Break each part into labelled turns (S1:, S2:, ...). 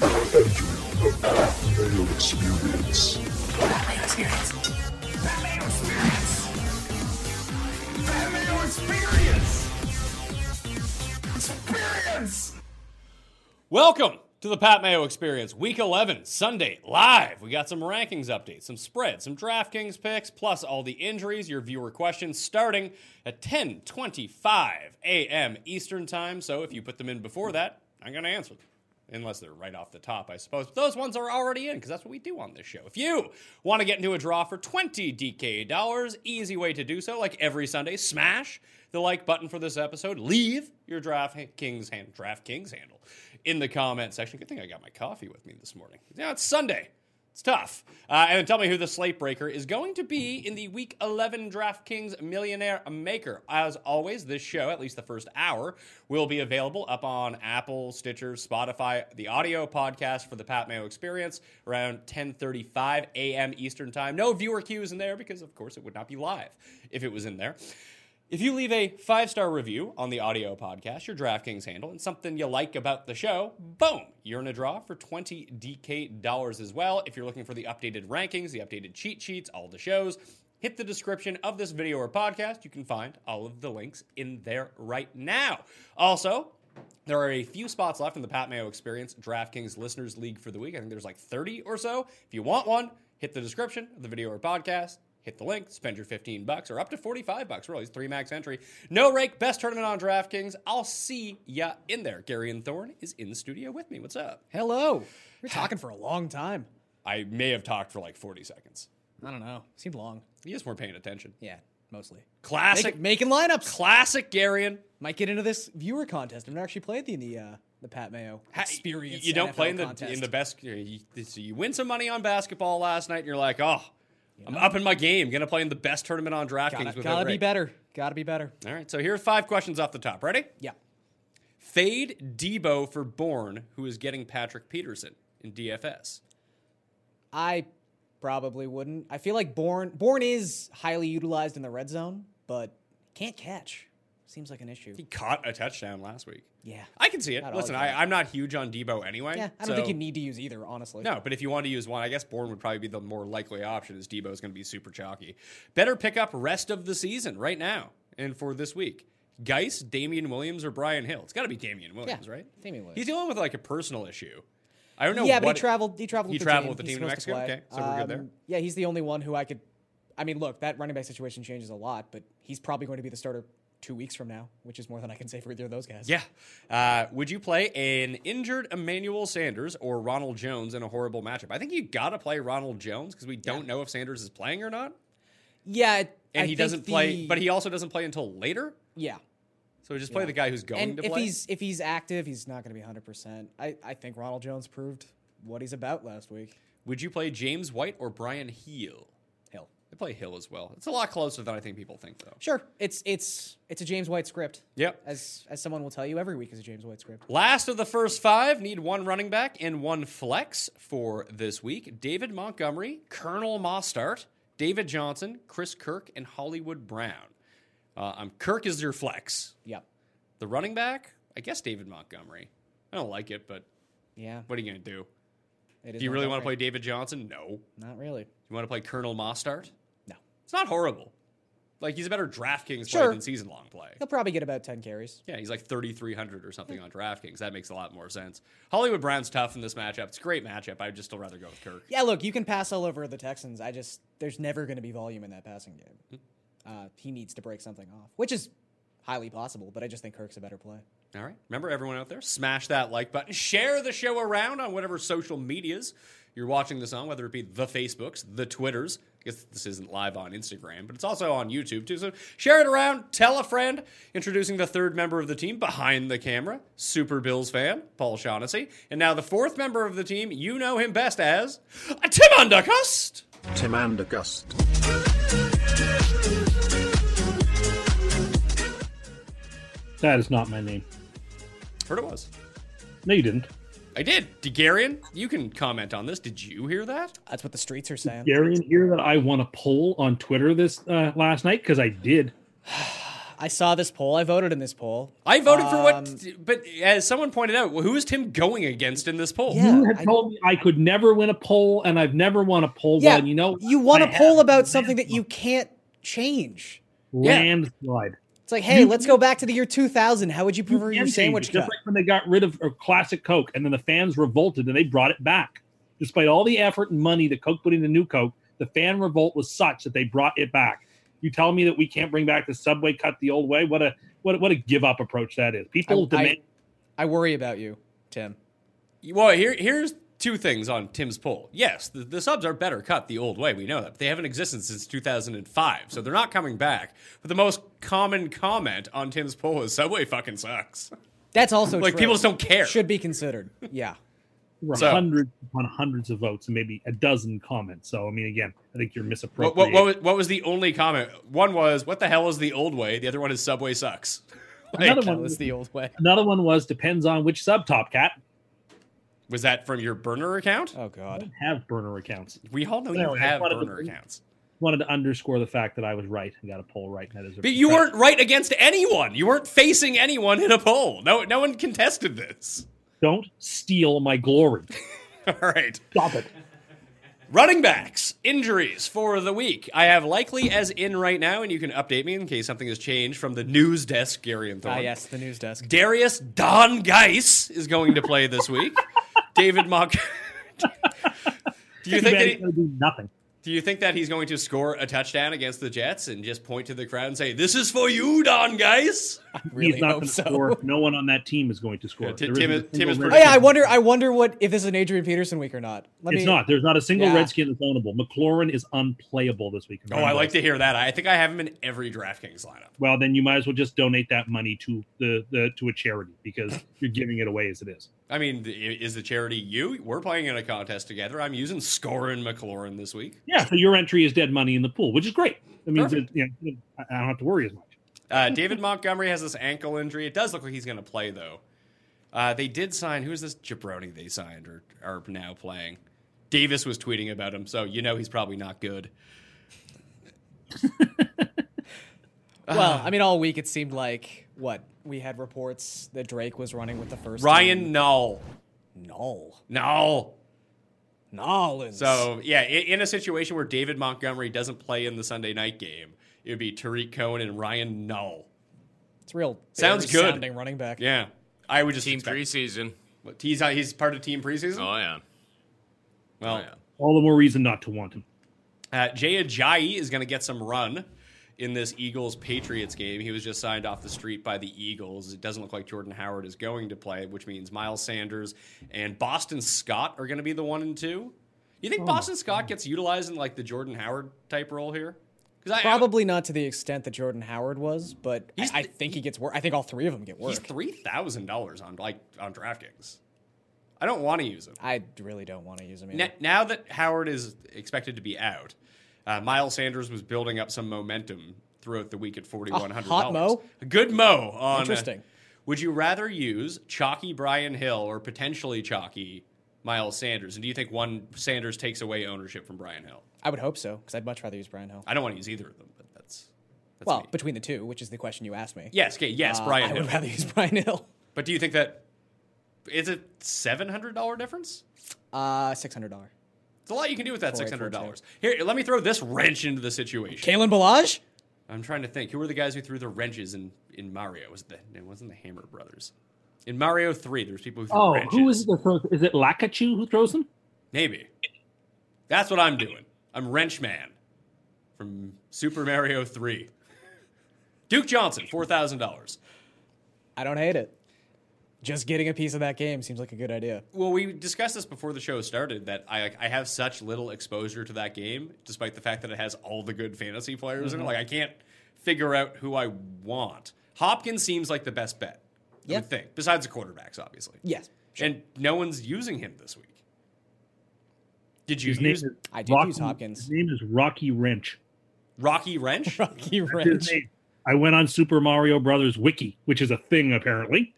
S1: male experience.
S2: Welcome to the Pat Mayo Experience, Week 11, Sunday, live. We got some rankings updates, some spreads, some DraftKings picks, plus all the injuries, your viewer questions, starting at 10.25 a.m. Eastern Time. So if you put them in before that, I'm going to answer them. Unless they're right off the top, I suppose. But those ones are already in because that's what we do on this show. If you want to get into a draw for 20 DK dollars, easy way to do so, like every Sunday, smash the like button for this episode. Leave your DraftKings hand, DraftKings handle in the comment section. Good thing I got my coffee with me this morning. Now it's Sunday. It's tough. Uh, and then tell me who the slate breaker is going to be in the Week 11 DraftKings Millionaire Maker. As always, this show, at least the first hour, will be available up on Apple, Stitcher, Spotify, the audio podcast for the Pat Mayo Experience around 10:35 a.m. Eastern Time. No viewer cues in there because, of course, it would not be live if it was in there. If you leave a five star review on the audio podcast, your DraftKings handle, and something you like about the show, boom, you're in a draw for 20 DK dollars as well. If you're looking for the updated rankings, the updated cheat sheets, all the shows, hit the description of this video or podcast. You can find all of the links in there right now. Also, there are a few spots left in the Pat Mayo Experience DraftKings Listeners League for the week. I think there's like 30 or so. If you want one, hit the description of the video or podcast. Hit the link, spend your 15 bucks or up to 45 bucks. Really, it's three max entry. No rake, best tournament on DraftKings. I'll see ya in there. Gary and Thorne is in the studio with me. What's up?
S3: Hello. We're talking for a long time.
S2: I may have talked for like 40 seconds.
S3: I don't know. Seemed long.
S2: You just weren't paying attention.
S3: Yeah, mostly.
S2: Classic,
S3: Make- making lineups.
S2: classic Garian.
S3: Might get into this viewer contest. I've never actually played the the, uh, the Pat Mayo experience.
S2: You don't
S3: NFL
S2: play in the
S3: contest.
S2: in the best. You, so you win some money on basketball last night, and you're like, oh, I'm up in my game. Gonna play in the best tournament on DraftKings.
S3: Gotta,
S2: with
S3: gotta
S2: a
S3: be
S2: rake.
S3: better. Gotta be better.
S2: All right, so here are five questions off the top. Ready?
S3: Yeah.
S2: Fade Debo for Bourne, who is getting Patrick Peterson in DFS.
S3: I probably wouldn't. I feel like Born Born is highly utilized in the red zone, but can't catch. Seems like an issue.
S2: He caught a touchdown last week.
S3: Yeah.
S2: I can see it.
S3: Not all
S2: Listen,
S3: he
S2: I,
S3: can.
S2: I'm not huge on Debo anyway.
S3: Yeah, I don't
S2: so-
S3: think you need to use either, honestly.
S2: No, but if you want to use one, I guess Bourne would probably be the more likely option as Debo is going to be super chalky. Better pick up rest of the season right now and for this week. Geis, Damian Williams, or Brian Hill. It's got to be Damian Williams, right?
S3: Damian Williams.
S2: He's dealing with like a personal issue. I don't know.
S3: yeah, but
S2: what-
S3: he traveled. He traveled.
S2: He
S3: with the
S2: traveled
S3: team.
S2: with the
S3: He's
S2: team to
S3: supposed
S2: Mexico.
S3: play.
S2: Okay, so we're good there.
S3: Um, Yeah, he's the only one who I could. I mean, look, that running back situation changes a lot, but he's probably going to be the starter two weeks from now, which is more than I can say for either of those guys.
S2: Yeah. Uh, would you play an injured Emmanuel Sanders or Ronald Jones in a horrible matchup? I think you got to play Ronald Jones because we don't know if Sanders is playing or not.
S3: yeah, it-
S2: And
S3: I
S2: he
S3: think
S2: doesn't play,
S3: the-
S2: but he also doesn't play until later.
S3: yeah.
S2: So just play the guy who's going
S3: And
S2: to
S3: if
S2: play.
S3: he's if he's active, he's not going to be hundred percent. I I think Ronald Jones proved what he's about last week.
S2: Would you play James White or Brian Heel?
S3: Hill,
S2: They play Hill as well. It's a lot closer than I think people think, though.
S3: Sure, it's it's it's a James White script.
S2: Yep.
S3: As as someone will tell you, every week is a James White script.
S2: Last of the first five need one running back and one flex for this week. David Montgomery, Colonel Mostart, David Johnson, Chris Kirk, and Hollywood Brown. Uh, um, Kirk is your flex.
S3: Yep.
S2: The running back, I guess David Montgomery. I don't like it, but
S3: Yeah.
S2: what are you going to do?
S3: It is
S2: Do you really
S3: Montgomery.
S2: want to play David Johnson? No.
S3: Not really.
S2: You want to play Colonel Mostart?
S3: No.
S2: It's not horrible. Like he's a better DraftKings
S3: Sure.
S2: play than season long play.
S3: He'll probably get about ten carries.
S2: Yeah, he's like 3,300 or something on DraftKings. That makes a lot more sense. Hollywood Brown's tough in this matchup. It's a great matchup. I'd just still rather go with Kirk.
S3: Yeah, look, you can pass all over the Texans. I just there's never going to be volume in that passing game.
S2: Hmm.
S3: Uh, he needs to break something off, which is highly possible. But I just think Kirk's a better play.
S2: All right. Remember, everyone out there, smash that like button. Share the show around on whatever social medias you're watching this on, whether it be the Facebooks, the Twitters. I guess this isn't live on Instagram, but it's also on YouTube too. So share it around. Tell a friend. Introducing the third member of the team behind the camera, Super Bills fan, Paul Shaughnessy. And now the fourth member of the team, you know him best as Tim Undercust.
S4: Tim Andergust.
S5: That is not my name.
S2: Heard it was.
S5: No, you didn't.
S2: I did. DeGarian, you can comment on this. Did you hear that?
S3: That's what the streets are saying.
S5: Darian here that I won a poll on Twitter this uh, last night because I did.
S3: I saw this poll. I voted in this poll. Um,
S2: I voted for what, but as someone pointed out, who is Tim going against in this poll?
S3: Yeah.
S5: You had
S3: I-
S5: told me I could never win a poll, and I've never won a poll.
S3: Yeah,
S5: well, you know,
S3: you want
S5: I
S3: to poll
S5: have
S3: about something that you can't change.
S5: landslide.
S3: It's like, hey, let's go back to the year 2000. How would you prefer your
S5: Can change it,
S3: sandwich
S5: just
S3: cut?
S5: like when they got rid of or classic Coke, and then the fans revolted and they brought it back, despite all the effort and money that Coke put into new Coke. The fan revolt was such that they brought it back. You tell me that we can't bring back the subway cut the old way? What a what a, what a give up approach that is. People
S3: I- I-
S5: demand.
S3: I worry about you, Tim.
S2: Well, here, here's two things on Tim's poll. Yes, the, the subs are better cut the old way. We know that. But they haven't existed since 2005, so they're not coming back. But the most common comment on Tim's poll is Subway fucking sucks.
S3: That's also
S2: Like,
S3: true.
S2: people just don't care.
S3: Should be considered. Yeah.
S5: were
S2: So-
S5: hundreds upon hundreds of votes and maybe a dozen comments. So I mean, again, I think you're
S2: What,
S5: misappropriating.
S2: what, what, was, what was the only comment? One was, What the hell is the old way? The other one is Subway sucks. Like,
S5: another one.
S3: That was the old way.
S5: Another one was depends on which sub. Top Cat
S2: was that from your burner account?
S3: Oh, God.
S5: have burner accounts.
S2: We all know
S5: No,
S2: you
S5: I
S2: have
S5: wanted to-
S2: burner accounts.
S5: Wanted to underscore the fact that I was right and got a poll right. and That is
S2: But you weren't right against anyone. You weren't facing anyone in a poll. No, no one contested this.
S5: Don't steal my glory.
S2: All right.
S5: Stop it.
S2: Running backs, injuries for the week. I have likely as in right now, and you can update me in case something has changed from the news desk, Gary and Thorne.
S3: Ah, yes, the news desk.
S2: Darius Don Geis is going to play this week. David Mock. do you think that
S5: Man's
S2: he,
S5: gonna do nothing?
S2: do you think that he's going to score a touchdown against the Jets and just point to the crowd and say, "This is for you, Don Geis"?
S3: really
S5: He's not
S3: hope
S5: going to
S3: so.
S5: score. No one on that team is going to score.
S2: Yeah, Ti-
S5: There
S2: Tim
S5: isn't a
S2: is- Tim is
S5: single
S2: pretty-
S3: Oh, yeah, I
S5: Redskin.
S3: wonder I wonder what if this is an Adrian Peterson week or not. Let
S5: It's not. There's not a single
S3: Yeah.
S5: Redskin that's ownable. McLaurin is unplayable this week.
S2: Oh, I like to hear that. I think I have him in every DraftKings lineup.
S5: Well, then you might as well just donate that money to the, the to a charity because you're giving it away as it is.
S2: I mean, th- i- is the charity you? We're playing in a contest together. I'm using Scorin McLaurin this week.
S5: Yeah, so your entry is dead money in the pool, which is great. That means that,
S2: Perfect.
S5: you know, I I don't have to worry as much.
S2: Uh, David Montgomery has this ankle injury. It does look like he's going to play though. Uh, they did sign. Who is this jabroni they signed or are now playing? Davis was tweeting about him, so you know he's probably not good.
S3: Well, I mean, all week it seemed like what we had reports that Drake was running with the first.
S2: Ryan Null.
S3: Null,
S2: Null.
S3: Null is
S2: So yeah, i- in a situation where David Montgomery doesn't play in the Sunday night game, it would be Tariq Cohen and Ryan Null.
S3: it's real.
S2: Sounds
S3: scary
S2: good.
S3: Sounding running back.
S2: Yeah, I would just
S6: Team
S2: expect-
S6: preseason.
S2: What, He's uh, he's part of team preseason.
S6: Oh yeah. Oh,
S2: well,
S6: yeah.
S5: All the more reason not to want him.
S2: Uh, Jay Ajayi is going to get some run in this Eagles Patriots game. He was just signed off the street by the Eagles. It doesn't look like Jordan Howard is going to play, which means Miles Sanders and Boston Scott are going to be the one and two. You think Boston Scott gets utilized in like the Jordan Howard type role here? 'Cause I-
S3: Probably not to the extent that Jordan Howard was, but I,
S2: He's
S3: I
S2: th-
S3: think he gets work. I think all three of them get
S2: I,
S3: work.
S2: he's three thousand dollars on like on DraftKings. I don't want to use him.
S3: I really don't want to use him.
S2: N-
S3: Either.
S2: now that Howard is expected to be out, Uh, Miles Sanders was building up some momentum throughout the week at forty one hundred.
S3: Oh, hot mo?
S2: A good mo on uh,
S3: Interesting.
S2: would you rather use chalky Brian Hill or potentially chalky Miles Sanders? And do you think one Sanders takes away ownership from Brian Hill?
S3: I would hope so, because I'd much rather use Brian Hill.
S2: I don't want to use either of them, but that's, that's
S3: well,
S2: me.
S3: between the two, which is the question you asked me.
S2: yes, okay, yes,
S3: Uh,
S2: Brian
S3: I
S2: Hill.
S3: would rather use Brian Hill.
S2: But do you think that is a seven hundred dollar difference?
S3: Uh, six hundred dollar.
S2: It's a lot you can do with that six hundred dollars. Here, let me throw this wrench into the situation.
S3: Kalen Balaj.
S2: I'm trying to think. Who were the guys who threw the wrenches in, in Mario? Was it the it wasn't the Hammer Brothers? In Mario Three, there's people who threw
S5: Oh,
S2: wrenches.
S5: who is it? That throws, is it Lakachu who throws them?
S2: Maybe. That's what I'm doing. I'm Wrench Man from Super Mario Three. Duke Johnson, four thousand dollars.
S3: I don't hate it. Just getting a piece of that game seems like a good idea.
S2: Well, we discussed this before the show started that I like, I have such little exposure to that game, despite the fact that it has all the good fantasy players in it. Like I can't figure out who I want. Hopkins seems like the best bet. I
S3: Yeah.
S2: would think. Besides the quarterbacks, obviously.
S3: Yes.
S2: And no one's using him this week. Did you
S5: His name
S2: use
S5: is
S3: I did use Hopkins.
S5: His name is Rocky Wrench.
S2: Rocky Wrench?
S3: Rocky
S5: His
S3: Wrench.
S5: name. I went on Super Mario Brothers Wiki, which is a thing apparently.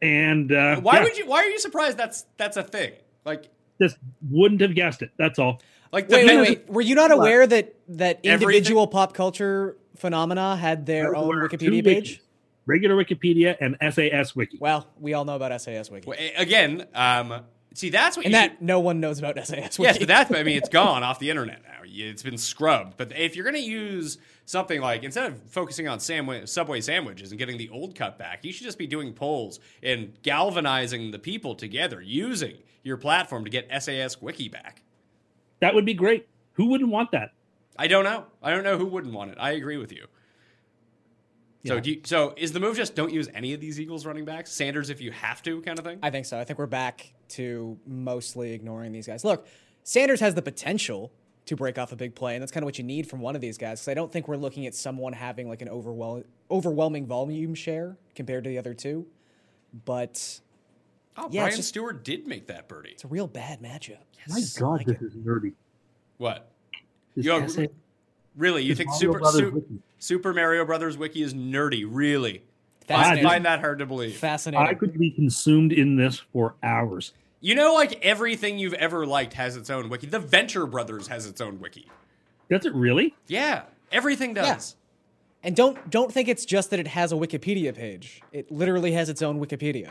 S5: And uh,
S2: Why
S5: yeah,
S2: would you why are you surprised that's that's a thing? Like
S5: Just wouldn't have guessed it. That's all.
S2: like the
S3: Wait, wait,
S2: men-
S3: wait. Were you not aware that that
S2: Everything-
S3: individual pop culture phenomena had their own
S5: There were
S3: Wikipedia
S5: two
S3: page?
S5: wikis, regular Wikipedia and SAS Wiki.
S3: Well, we all know about SAS Wiki,
S2: Well, a- again, um see that's what
S3: and
S2: you
S3: that
S2: should-
S3: no one knows about SAS Wiki.
S2: Yes, but that's, I mean, it's gone off the internet now. You- It's been scrubbed. But if you're going to use something like, instead of focusing on sam- Subway sandwiches and getting the old cut back, you should just be doing polls and galvanizing the people together using your platform to get SAS Wiki back.
S5: That would be great. Who wouldn't want that?
S2: I don't know. I don't know who wouldn't want it. I agree with you. So,
S5: Yeah.
S2: do you, so is the move just don't use any of these Eagles running backs? Sanders, if you have to, kind of thing.
S3: I think so. I think we're back to mostly ignoring these guys. Look, Sanders has the potential to break off a big play, and that's kind of what you need from one of these guys. Because I don't think we're looking at someone having like an overwhel- overwhelming volume share compared to the other two. But it's
S2: oh,
S3: yeah, it's
S2: Brian
S3: just-
S2: Stewart did make that birdie.
S3: a real bad matchup.
S5: My God, this is nerdy.
S2: What?
S5: This
S2: Yo,
S5: SA
S2: Really, you
S5: It's
S2: think
S5: Mario
S2: Super
S5: Brothers
S2: Su-
S5: Wiki.
S2: Super Mario Brothers Wiki is nerdy? Really, I
S3: Fascinating.
S2: find that hard to believe.
S3: Fascinating.
S5: I could be consumed in this for hours.
S2: You know, like everything you've ever liked has its own wiki. The Venture Brothers has its own wiki.
S5: Does it really?
S2: Yeah, everything does.
S3: And don't don't think it's just that it has a Wikipedia page. It literally has its own Wikipedia.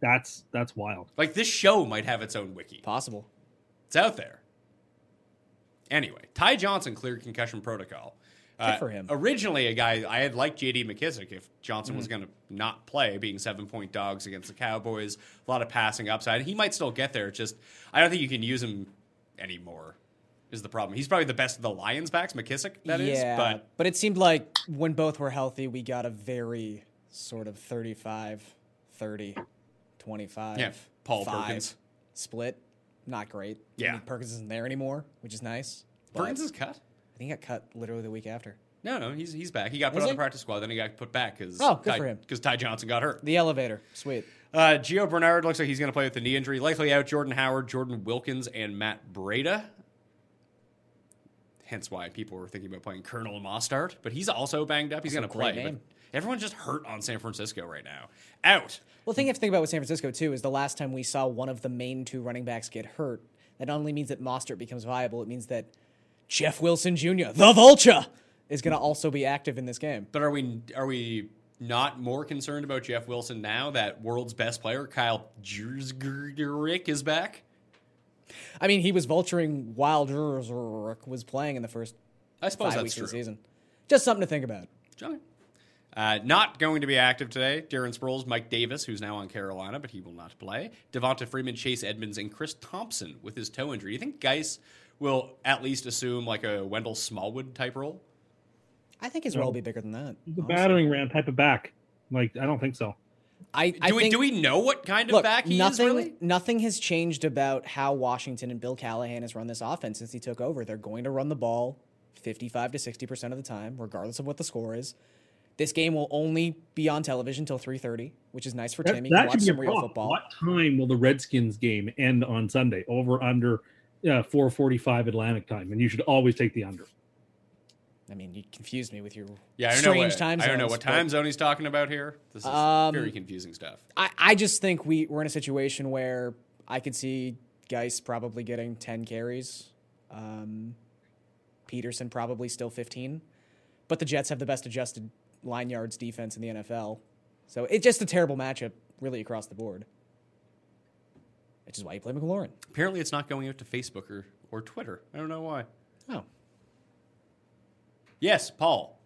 S5: That's that's wild.
S2: Like this show might have its own wiki.
S3: Possible.
S2: It's out there. Anyway, Ty Johnson cleared concussion protocol. Uh,
S3: for him.
S2: Originally, a guy I had liked J.D. McKissick if Johnson
S3: Mm-hmm.
S2: was going to not play, being seven point dogs against the Cowboys, a lot of passing upside. He might still get there. It's just I don't think you can use him anymore. Is the problem? He's probably the best of the Lions backs, McKissick. That is, but
S3: it seemed like when both were healthy, we got a very sort of 35, 30, 25.
S2: Yeah, Paul
S3: five
S2: Perkins.
S3: Split. Not great. I
S2: Yeah.
S3: mean, Perkins isn't there anymore, which is nice. But
S2: Perkins is cut.
S3: I think he got cut literally the week after.
S2: No, no, he's he's back. He got put
S3: Is
S2: on
S3: he?
S2: the practice squad, then he got put back because
S3: Oh, good for him.
S2: because Ty Johnson got hurt.
S3: The elevator. Sweet.
S2: Uh, Gio Bernard looks like he's going to play with a knee injury. Likely out Jordan Howard, Jordan Wilkins, and Matt Breda. Hence why people were thinking about playing Colonel Mostart, but he's also banged up. He's going to
S3: a great
S2: play. but
S3: name.
S2: Everyone's just hurt on San Francisco right now. Out.
S3: Well, the thing you have to think about with San Francisco, too, is the last time we saw one of the main two running backs get hurt, that not only means that Mostert becomes viable, it means that Jeff Wilson Jr., the Vulture, is going to also be active in this game.
S2: But are we are we not more concerned about Jeff Wilson now that world's best player Kyle Jurzgrick is back?
S3: I mean, he was vulturing while Drurk was playing in the first
S2: I suppose
S3: five
S2: Oh, that's
S3: weeks
S2: true.
S3: of the season. Just something to think about.
S2: John. Uh, not going to be active today. Darren Sproles, Mike Davis, who's now on Carolina, but he will not play. Devonta Freeman, Chase Edmonds, and Chris Thompson with his toe injury. Do you think Geis will at least assume like a Wendell Smallwood type role?
S3: I think his role will be bigger than that.
S5: The
S3: honestly.
S5: battering ram type of back. Like I don't think so.
S3: I, I
S2: Do we
S3: think,
S2: do we know what kind of
S3: look,
S2: back he
S3: nothing,
S2: is really?
S3: nothing has changed about how Washington and Bill Callahan has run this offense since he took over. They're going to run the ball 55 to 60% of the time, regardless of what the score is. This game will only be on television till 3.30, which is nice for
S5: That,
S3: Tim. He
S5: that
S3: can watch
S5: should be a
S3: some real
S5: problem.
S3: football.
S5: What time will the Redskins game end on Sunday? Over under uh, 4:45 Atlantic time, and you should always take the under.
S3: I mean, you confused me with your
S2: Yeah, I don't know.
S3: strange
S2: What,
S3: time
S2: I don't know
S3: zones,
S2: what
S3: but
S2: time zone he's talking about here. This is
S3: Um,
S2: very confusing stuff.
S3: I, I just think we, we're in a situation where I could see Geis probably getting 10 carries, um, Peterson probably still 15, but the Jets have the best adjusted line yards defense in the NFL. So it's just a terrible matchup, really, across the board. Which is why you play McLaurin.
S2: Apparently, it's not going out to Facebook or, or Twitter. I don't know why.
S3: Oh.
S2: Yes, Paul.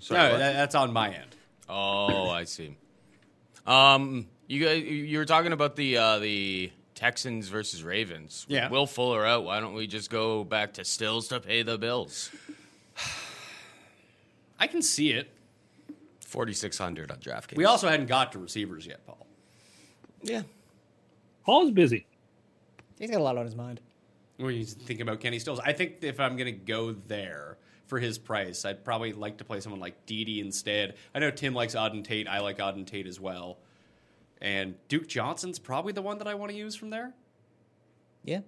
S4: Sorry,
S2: no,
S4: what?
S2: that, that's on my end.
S4: Oh, I see. Um, you guys, you were talking about the uh, the Texans versus Ravens. With
S2: Yeah.
S4: Will Fuller out. Why don't we just go back to Stills to pay the bills?
S2: I can see it.
S4: Forty six hundred on DraftKings.
S2: We also hadn't got to receivers yet, Paul.
S4: yeah.
S5: Hall's busy.
S3: He's got a lot on his mind.
S2: Were you thinking about Kenny Stills? I think if I'm going to go there for his price, I'd probably like to play someone like Didi instead. I know Tim likes Auden Tate. I like Auden Tate as well. And Duke Johnson's probably the one that I want to use from there.
S3: Yeah.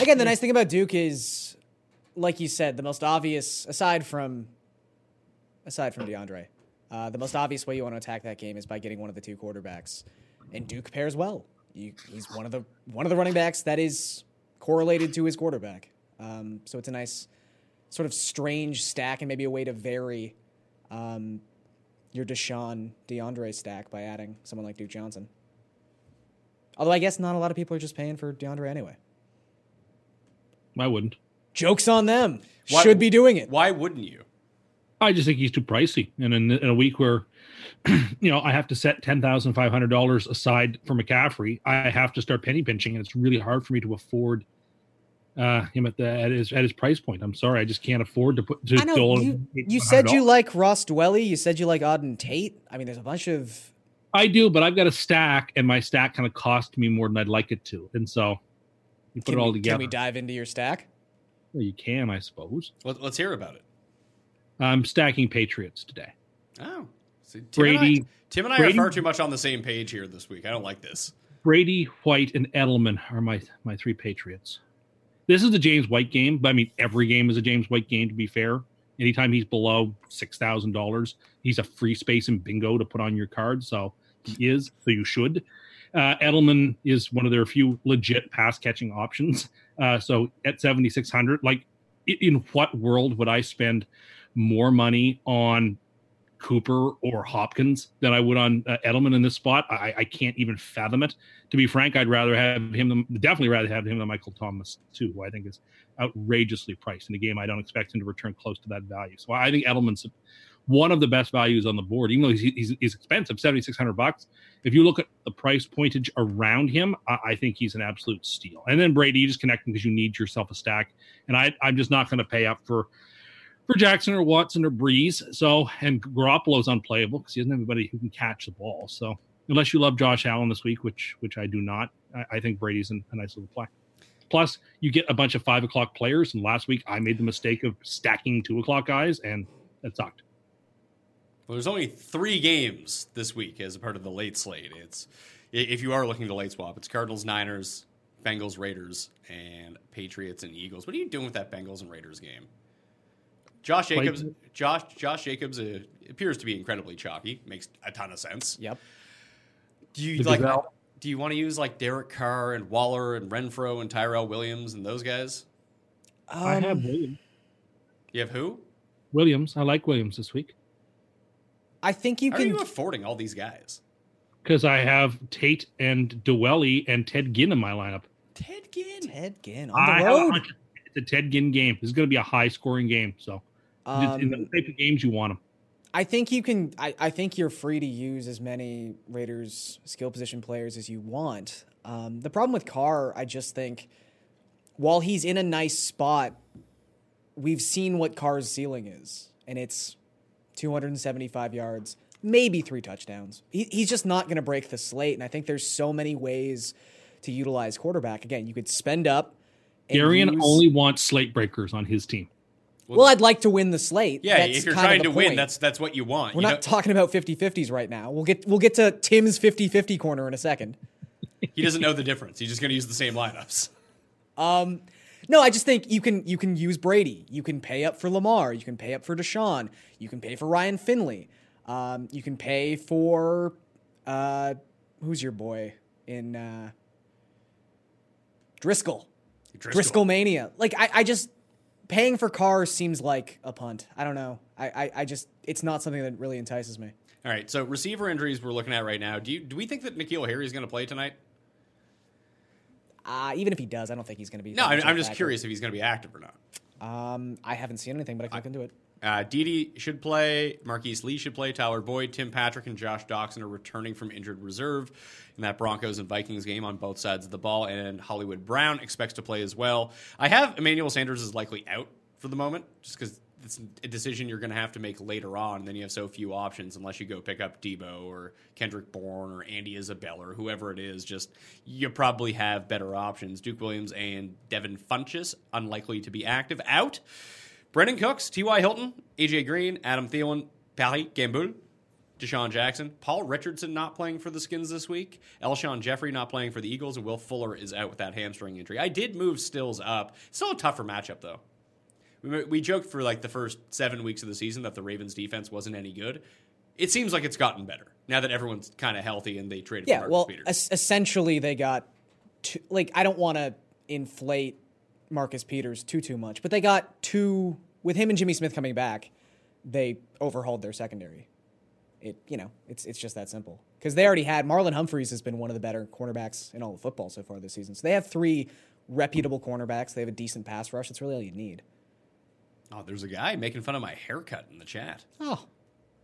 S3: Again, the nice thing about Duke is, like you said, the most obvious aside from aside from DeAndre, uh, the most obvious way you want to attack that game is by getting one of the two quarterbacks, and Duke pairs well. You, he's one of the one of the running backs that is correlated to his quarterback. Um, so it's a nice sort of strange stack and maybe a way to vary um, your Deshaun DeAndre stack by adding someone like Duke Johnson. Although I guess not a lot of people are just paying for DeAndre anyway.
S5: I wouldn't.
S3: Jokes on them.
S2: Why-
S3: Should be doing it.
S2: Why wouldn't you?
S5: I just think he's too pricey. And in, in a week where, you know, I have to set ten thousand five hundred dollars aside for McCaffrey, I have to start penny pinching, and it's really hard for me to afford uh, him at the at his at his price point. I'm sorry, I just can't afford to put. To
S3: I know
S5: dole-
S3: you, you said you like Ross Dwelly. You said you like Auden Tate. I mean, there's a bunch of
S5: I do, but I've got a stack, and my stack kind of cost me more than I'd like it to, and so you put
S3: can
S5: it all
S3: we,
S5: together.
S3: Can we dive into your stack?
S5: Well, you can, I suppose.
S2: Let, let's hear about it.
S5: I'm stacking Patriots today.
S2: Oh, see, Tim
S5: Brady-
S2: And I, Tim and I
S5: Brady-
S2: are far too much on the same page here this week. I don't like this.
S5: Brady, White, and Edelman are my my three Patriots. This is the James White game, but I mean every game is a James White game. To be fair, anytime he's below six thousand dollars, he's a free space in bingo to put on your card. So he is, so you should. Uh, Edelman is one of their few legit pass catching options. Uh, so at seventy six hundred, like i- in what world would I spend more money on Cooper or Hopkins than I would on uh, Edelman in this spot? I, I can't even fathom it to be frank, I'd rather have him than definitely rather have him than Michael Thomas too, who I think is outrageously priced in a game. I don't expect him to return close to that value. So I think Edelman's one of the best values on the board, even though he's, he's, he's expensive, seventy six hundred bucks. If you look at the price pointage around him, I, I think he's an absolute steal. And then Brady, you just connect him because you need yourself a stack. And I, I'm just not going to pay up for. For Jackson or Watson or Breeze, so and Garoppolo's unplayable because he doesn't have anybody who can catch the ball. So unless you love Josh Allen this week, which which I do not. I, I think Brady's an, a nice little play. Plus, you get a bunch of five o'clock players, and last week I made the mistake of stacking two o'clock guys, and that sucked.
S2: Well, there's only three games this week as a part of the late slate. It's i- if you are looking to late swap, it's Cardinals, Niners, Bengals, Raiders, and Patriots and Eagles. What are you doing with that Bengals and Raiders game? Josh
S5: Like-
S2: Jacobs, Josh Josh Jacobs uh, appears to be incredibly chalky. Makes a ton of sense.
S3: Yep.
S2: Do you
S5: The
S2: like?
S5: Gazelle.
S2: Do you want to use like Derek Carr and Waller and Renfro and Tyrell Williams and those guys?
S5: I
S3: Um,
S5: have Williams.
S2: You have who?
S5: Williams. I like Williams this week
S3: I think you
S2: How
S3: can.
S2: are you affording all these guys?
S5: because I have Tate and Dwelly and Ted Ginn in my lineup.
S2: Ted Ginn.
S3: Ted Ginn
S5: I
S3: on the
S5: have a
S3: road.
S5: hunch it's a Ted Ginn game. This is going to be a high scoring game. So it's in the
S3: Um,
S5: type of games you want them.
S3: I think you can. I, I think you're free to use as many Raiders skill position players as you want. Um, the problem with Carr, I just think, while he's in a nice spot, we've seen what Carr's ceiling is, and it's 275 yards, maybe three touchdowns. He, he's just not going to break the slate, and I think there's so many ways to utilize quarterback. Again, you could spend up. and
S5: Darian
S3: use-
S5: only wants slate breakers on his team.
S3: Well, I'd like to win the slate.
S2: Yeah,
S3: That's
S2: if you're
S3: kind of
S2: trying
S3: the
S2: to win,
S3: point.
S2: that's that's what you want.
S3: We're
S2: You
S3: not
S2: know-
S3: talking about 50-50s right now. We'll get we'll get to Tim's 50-50 corner in a second.
S2: He doesn't know the difference. He's just going to use the same lineups.
S3: No, I just think you can you can use Brady. You can pay up for Lamar. You can pay up for Deshaun. You can pay for Ryan Finley. Um, you can pay for uh, who's your boy in uh, Driscoll. Driscoll. mania. Like I, I just paying for cars seems like a punt. I don't know. I, I, I just it's not something that really entices me.
S2: All right, so receiver injuries we're looking at right now. Do you do we think that Nikhil Harry is going to play tonight?
S3: Uh, even if he does, I don't think he's going to be.
S2: No, I'm,
S3: that much of a
S2: I'm just
S3: factor.
S2: curious if he's going to be active or not.
S3: Um, I haven't seen anything, but I can look into it.
S2: Uh, Didi should play. Marquise Lee should play. Tyler Boyd, Tim Patrick, and Josh Doxson are returning from injured reserve in that Broncos and Vikings game on both sides of the ball. And Hollywood Brown expects to play as well. I have Emmanuel Sanders is likely out for the moment, just because it's a decision you're going to have to make later on. Then you have so few options unless you go pick up Debo or Kendrick Bourne or Andy Isabella or whoever it is. Just you probably have better options. Duke Williams and Devin Funches unlikely to be active out. Brendan Cooks, T.Y. Hilton, A.J. Green, Adam Thielen, Paris Gamboul, Deshaun Jackson, Paul Richardson not playing for the Skins this week, Elshon Jeffrey not playing for the Eagles, and Will Fuller is out with that hamstring injury. I did move Stills up. Still a tougher matchup, though. We, we joked for like the first seven weeks of the season that the Ravens' defense wasn't any good. It seems like it's gotten better now that everyone's kind of healthy and they traded
S3: Yeah,
S2: for Marcus
S3: well,
S2: Peters.
S3: es- essentially they got two, like I don't want to inflate Marcus Peters too too much, but they got two with him and Jimmy Smith coming back. They overhauled their secondary. It you know it's it's just that simple because they already had Marlon Humphreys has been one of the better cornerbacks in all of football so far this season. So they have three reputable cornerbacks. They have a decent pass rush. That's really all you need.
S2: oh, there's a guy making fun of my haircut in the chat.
S3: Oh,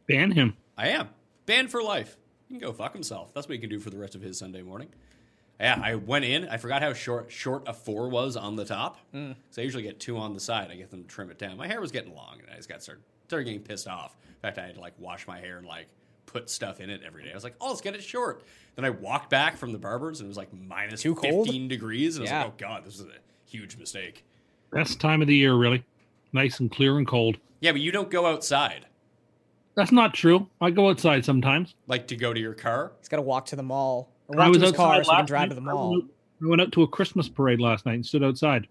S5: Ban him.
S2: I am. Banned for life. He can go fuck himself. That's what he can do for the rest of his Sunday morning. Yeah, I went in. I forgot how short short a four was on the top.
S3: Mm.
S2: Because I usually get two on the side. I get them to trim it down. My hair was getting long, and I just got started, started getting pissed off. In fact, I had to like wash my hair and like put stuff in it every day. I was like, oh, let's get it short. Then I walked back from the barbers, and it was like minus
S3: Too cold?
S2: 15 degrees. And I
S3: Yeah.
S2: was like, oh, God, this is a huge mistake.
S5: Best time of the year, really. Nice and clear and cold.
S2: Yeah, but you don't go outside,
S5: That's not true. I go outside sometimes.
S2: like to go to your car.
S3: he's got to walk to the mall. Or
S5: I
S3: walk
S5: was
S3: to his
S5: outside
S3: car so he can
S5: last
S3: drive
S5: night.
S3: to the
S5: I
S3: mall.
S5: went out- I went out to a Christmas parade last night and stood outside.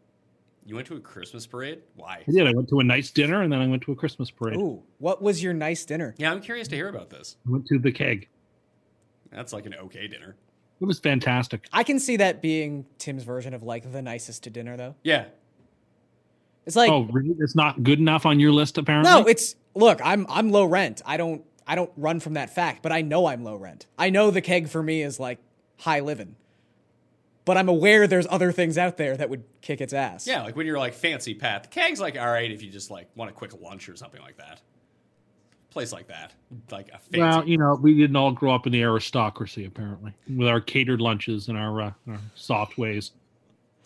S2: You went to a Christmas parade? Why?
S5: I did. I went to a nice dinner and then I went to a Christmas parade.
S3: Ooh, what was your nice dinner?
S2: Yeah, I'm curious to hear about this.
S5: I went to the keg.
S2: That's like an okay dinner.
S5: It was fantastic.
S3: I can see that being Tim's version of like the nicest to dinner though.
S2: Yeah.
S3: It's like
S5: oh, really? It's not good enough on your list, apparently.
S3: no, it's look, I'm I'm low rent. I don't I don't run from that fact, but I know I'm low rent. I know the keg for me is like high living. But I'm aware there's other things out there that would kick its ass.
S2: Yeah, like when you're like fancy Pat, the keg's like all right if you just like want a quick lunch or something like that. Place like that. Like a fancy
S5: well, you know, we didn't all grow up in the aristocracy, apparently, with our catered lunches and our, uh, our soft ways.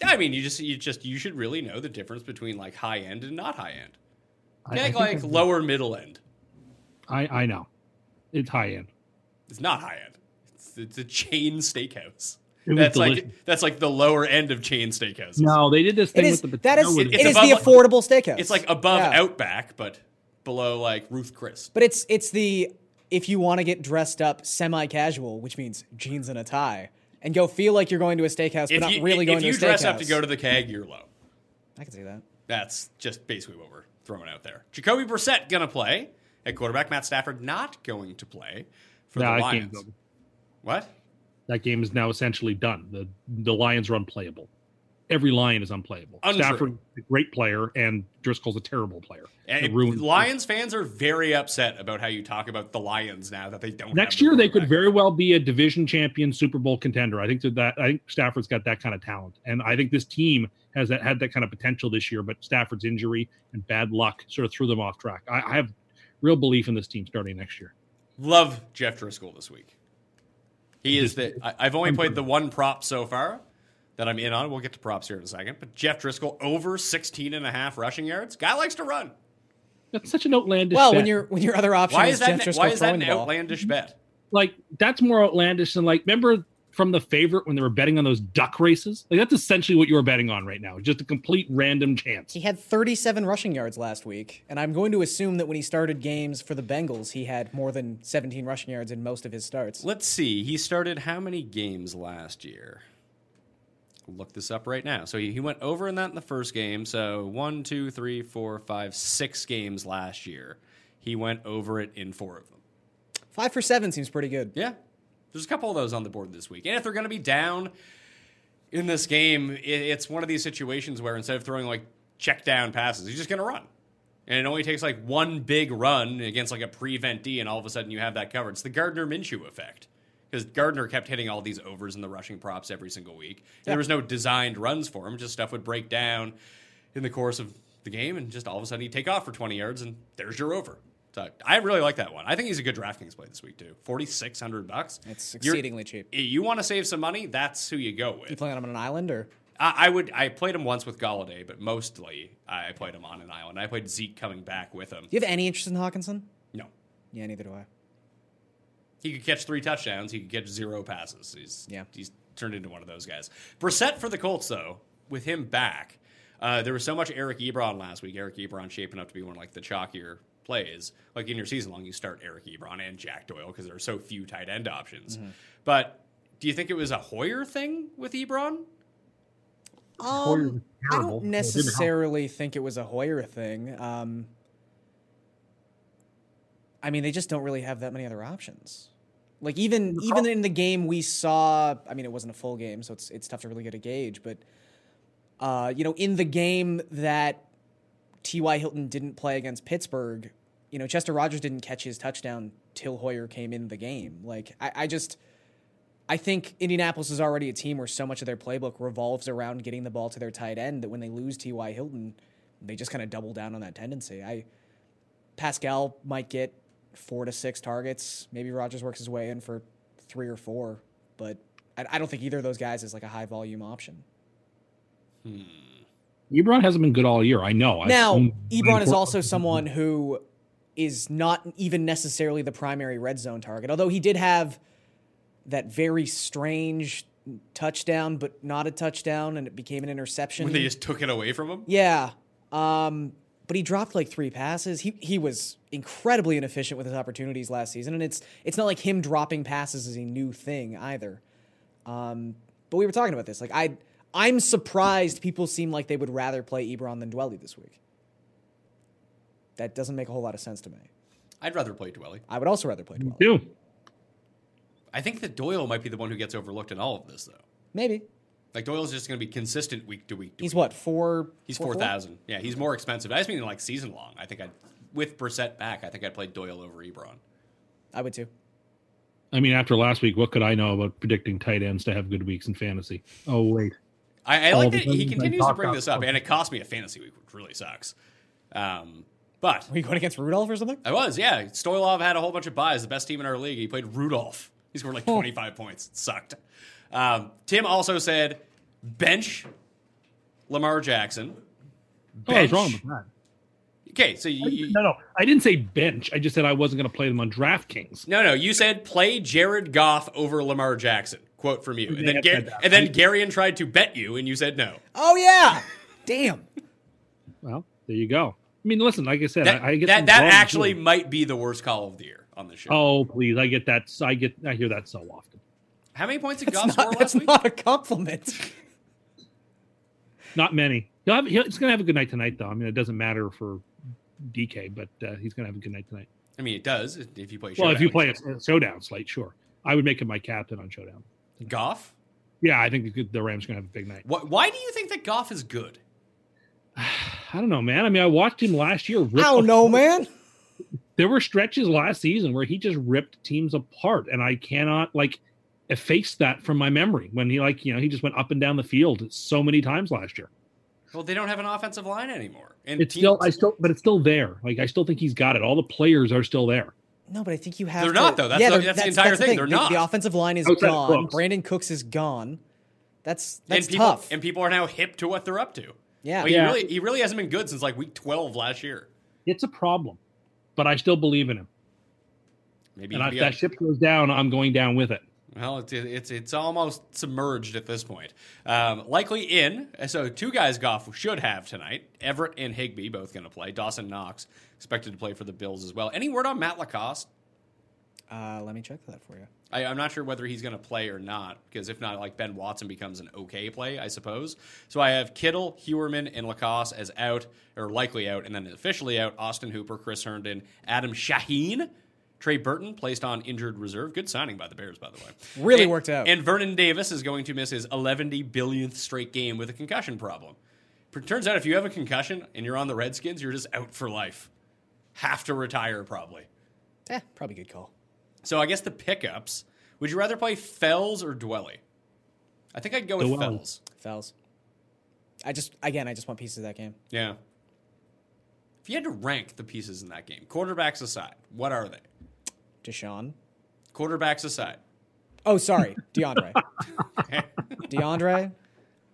S2: I mean you just you just you should really know the difference between like high end and not high end.
S5: I- I
S2: Keg
S5: think
S2: like
S5: I-
S2: lower middle end.
S5: I, I know. It's high end.
S2: It's not high end. It's, it's a chain steakhouse.
S5: It was
S2: That's
S5: delicious.
S2: like that's like the lower end of chain steakhouses.
S5: No, they did this
S3: It
S5: thing
S3: is
S5: with the
S3: that is
S5: potato with
S3: it
S2: It's
S3: is
S2: above,
S3: the
S2: like-
S3: affordable steakhouse.
S2: It's like above
S3: Yeah.
S2: Outback, but below like Ruth Chris.
S3: But it's it's the if you want to get dressed up semi casual, which means jeans and a tie, and go feel like you're going to a steakhouse but
S2: If
S3: not
S2: you,
S3: really
S2: if
S3: going
S2: you
S3: to a steakhouse.
S2: dress up to go to the keg, you're low.
S3: I can see that.
S2: That's just basically what we're throwing out there. Jacoby Brissett gonna play at quarterback. Matt Stafford not going to play for
S5: No,
S2: the
S5: I can't
S2: Lions.
S5: go.
S2: What?
S5: That game is now essentially done. The the Lions are unplayable. Every Lion is unplayable.
S2: Untrue.
S5: Stafford is a great player, and Driscoll's a terrible player. It
S2: And
S5: ruins-
S2: Lions fans are very upset about how you talk about the Lions now that they don't. have
S5: Next
S2: their
S5: year, they could
S2: quarterback.
S5: very well be a division champion, Super Bowl contender. I think that, that I think Stafford's got that kind of talent, and I think this team has that had that kind of potential this year. But Stafford's injury and bad luck sort of threw them off track. I, I have real belief in this team starting next year.
S2: love Jeff Driscoll this week. He is the. I, I've only played the one prop so far that I'm in on. We'll get to props here in a second. But Jeff Driscoll over 16 and a half rushing yards. Guy likes to run.
S5: That's such an outlandish.
S3: Well,
S5: bet.
S3: when your when your other option
S2: Why
S3: is,
S2: is that?
S3: Jeff
S2: an-
S3: Driscoll
S2: Why is that
S3: throwing
S2: an
S3: the ball.
S2: outlandish bet?
S5: like that's more outlandish than like remember from the favorite when they were betting on those duck races? Like that's essentially what you were betting on right now, just a complete random chance.
S3: He had 37 rushing yards last week, and I'm going to assume that when he started games for the Bengals, he had more than 17 rushing yards in most of his starts.
S2: Let's see. He started how many games last year? Look this up right now. So he, he went over in that in the first game. So one, two, three, four, five, six games last year. He went over it in four of them.
S3: Five for seven seems pretty good.
S2: Yeah. There's a couple of those on the board this week. And if they're going to be down in this game, i- it's one of these situations where instead of throwing like check down passes, he's just going to run. And it only takes like one big run against like a prevent D, and all of a sudden you have that covered. It's the Gardner Minshew effect. Because Gardner kept hitting all these overs in the rushing props every single week. And There was no designed runs for him, just stuff would break down in the course of the game, and just all of a sudden he'd take off for 20 yards, and there's your over. So I really like that one. I think he's a good DraftKings play this week, too. 4600 bucks.
S3: It's
S2: You're-
S3: exceedingly cheap.
S2: eh, you want to save some money, that's who you go
S3: You
S2: with.
S3: playing him on an island or?
S2: I, I would. I played him once with Galladay, but mostly I played him on an island. I played Zeke coming back with him.
S3: Do you have any interest in Hawkinson?
S2: No,
S3: Yeah, neither do I.
S2: he could catch three touchdowns. He could catch zero passes. He's
S3: Yeah.
S2: he's turned into one of those guys. Brissett for the Colts though, with him back, uh, there was so much Eric Ebron last week. Eric Ebron shaping up to be one of like the chalkier plays. Like in your season long, you start Eric Ebron and Jack Doyle because there are so few tight end options. But do you think it was a Hoyer thing with Ebron?
S3: Um, I don't
S5: was terrible, so it didn't help.
S3: necessarily think it was a Hoyer thing. Um, I mean, they just don't really have that many other options. Like even even in the game we saw, I mean, it wasn't a full game, so it's it's tough to really get a gauge. But uh, you know, in the game that T.Y. Hilton didn't play against Pittsburgh, you know, Chester Rogers didn't catch his touchdown till Hoyer came in the game. Like I, I just. I think Indianapolis is already a team where so much of their playbook revolves around getting the ball to their tight end that when they lose T.Y. Hilton, they just kind of double down on that tendency. I Pascal might get four to six targets. Maybe Rogers works his way in for three or four, but I, I don't think either of those guys is like a high volume option.
S5: Ebron hasn't been good all year. I know. I've
S3: Now,
S5: owned-
S3: Ebron is also someone who is not even necessarily the primary red zone target, although he did have that very strange touchdown, but not a touchdown, and it became an interception.
S2: When they just took it away from him?
S3: yeah. Um, but he dropped like three passes. He he was incredibly inefficient with his opportunities last season, and it's it's not like him dropping passes is a new thing either. Um, but we were talking about this. Like I I'm surprised people seem like they would rather play Ebron than Dwelly this week. That doesn't make a whole lot of sense to me.
S2: I'd rather play Dwelly.
S3: I would also rather play Dwelly.
S5: too.
S2: I think that Doyle might be the one who gets overlooked in all of this, though.
S3: Maybe.
S2: Like Doyle's just going to be consistent week to week. To
S3: He's
S2: week.
S3: what, four
S2: He's
S3: four-
S2: four thousand. Yeah, he's more expensive. I just mean like season long. I think I, with Brissett back, I think I'd play Doyle over Ebron.
S3: I would too.
S5: I mean, after last week, what could I know about predicting tight ends to have good weeks in fantasy? Oh wait,
S2: I, I
S5: All
S2: like
S5: the
S2: that he
S5: things I
S2: continues to
S5: talked
S2: bring
S5: about.
S2: this up, and it cost me a fantasy week, which really sucks. Um, but
S3: Were you going against Rudolph or something?
S2: I was, yeah. Stoylov had a whole bunch of buys. The best team in our league. He played Rudolph. He scored like 25 points. It sucked. Um, Tim also said, bench Lamar Jackson.
S5: oh, I
S2: Bench.
S5: was wrong about that.
S2: Okay, so you, you
S5: No, no, I didn't say bench. I just said I wasn't going to play them on DraftKings.
S2: no, no, you said play Jared Goff over Lamar Jackson. Quote from you, and then
S5: Yeah,
S2: Gar-
S5: I Uh, said that.
S2: and then Garion tried to bet you, and you said no.
S3: Oh yeah. Damn.
S5: Well, there you go. I mean, listen, like I said,
S2: That
S5: I, I get
S2: that,
S5: things
S2: that
S5: wrong,
S2: actually
S5: too.
S2: might be the worst call of the year on the show.
S5: Oh, please, I get that. I get. I hear that so often.
S2: How many points did
S3: That's
S2: Goff
S3: not,
S2: score last
S3: that's
S2: week?
S3: not a compliment.
S5: Not many. He'll have, he'll, he's going to have a good night though. I mean, it doesn't matter for DK, but uh, he's going to have a good night tonight.
S2: I mean, it does if you play.
S5: Well, if you
S2: showdown.
S5: play a, a showdown slate, sure, I would make him my captain on showdown.
S2: Goff,
S5: Yeah, I think the Rams are going to have a big night.
S2: Wh- why do you think that Goff is good?
S5: I don't know, man. I mean, I watched him last year.
S3: I
S5: Rip
S3: don't know, man.
S5: There were stretches last season where he just ripped teams apart, and I cannot like efface that from my memory. When he like you know he just went up and down the field so many times last year.
S2: Well, they don't have an offensive line anymore, and
S5: It's
S2: teams-
S5: still I still but it's still there. Like I still think he's got it. All the players are still there.
S3: No, but I think you have.
S2: They're
S3: to-
S2: not, though. That's the-
S3: they're-
S2: that's the entire thing. They're
S3: The-
S2: not.
S3: The, offensive line is
S5: Outside of
S3: gone.
S5: Brooks.
S3: Brandon Cooks is gone. That's that's
S2: and people,
S3: tough.
S2: and people are now hip to what they're up to.
S3: Yeah.
S2: Like,
S5: Yeah.
S2: He really, he really hasn't been good since like week twelve last year.
S5: It's a problem, but I still believe in him.
S2: Maybe
S5: And
S2: he'll
S5: if
S2: be
S5: that
S2: a-
S5: ship goes down, I'm going down with it.
S2: Well, it's it's it's almost submerged at this point. Um, likely in, so two guys Goff should have tonight. Everett and Higby both going to play. Dawson Knox expected to play for the Bills as well. Any word on Matt Lacoste?
S3: Uh, let me check that for you.
S2: I, I'm not sure whether he's going to play or not, because if not, like Ben Watson becomes an okay play, I suppose. So I have Kittle, Hewerman, and Lacoste as out, or likely out, and then officially out Austin Hooper, Chris Herndon, Adam Shaheen, Trey Burton placed on injured reserve. Good signing by the Bears, by the way.
S3: Really
S2: And-
S3: worked out.
S2: And Vernon Davis is going to miss his 11 billionth straight game with a concussion problem. P- Turns out if you have a concussion and you're on the Redskins, you're just out for life. Have to retire, probably.
S3: Eh, probably good call.
S2: So I guess the pickups. Would you rather play Fells or Dwelly? I think I'd go with
S5: Dwelly.
S2: Fells.
S3: Fells. I just again, I just want pieces of that game.
S2: Yeah. If you had to rank the pieces in that game, quarterbacks aside, what are they?
S3: Deshaun.
S2: Quarterbacks aside. Eh,
S3: Oh, sorry, DeAndre. DeAndre.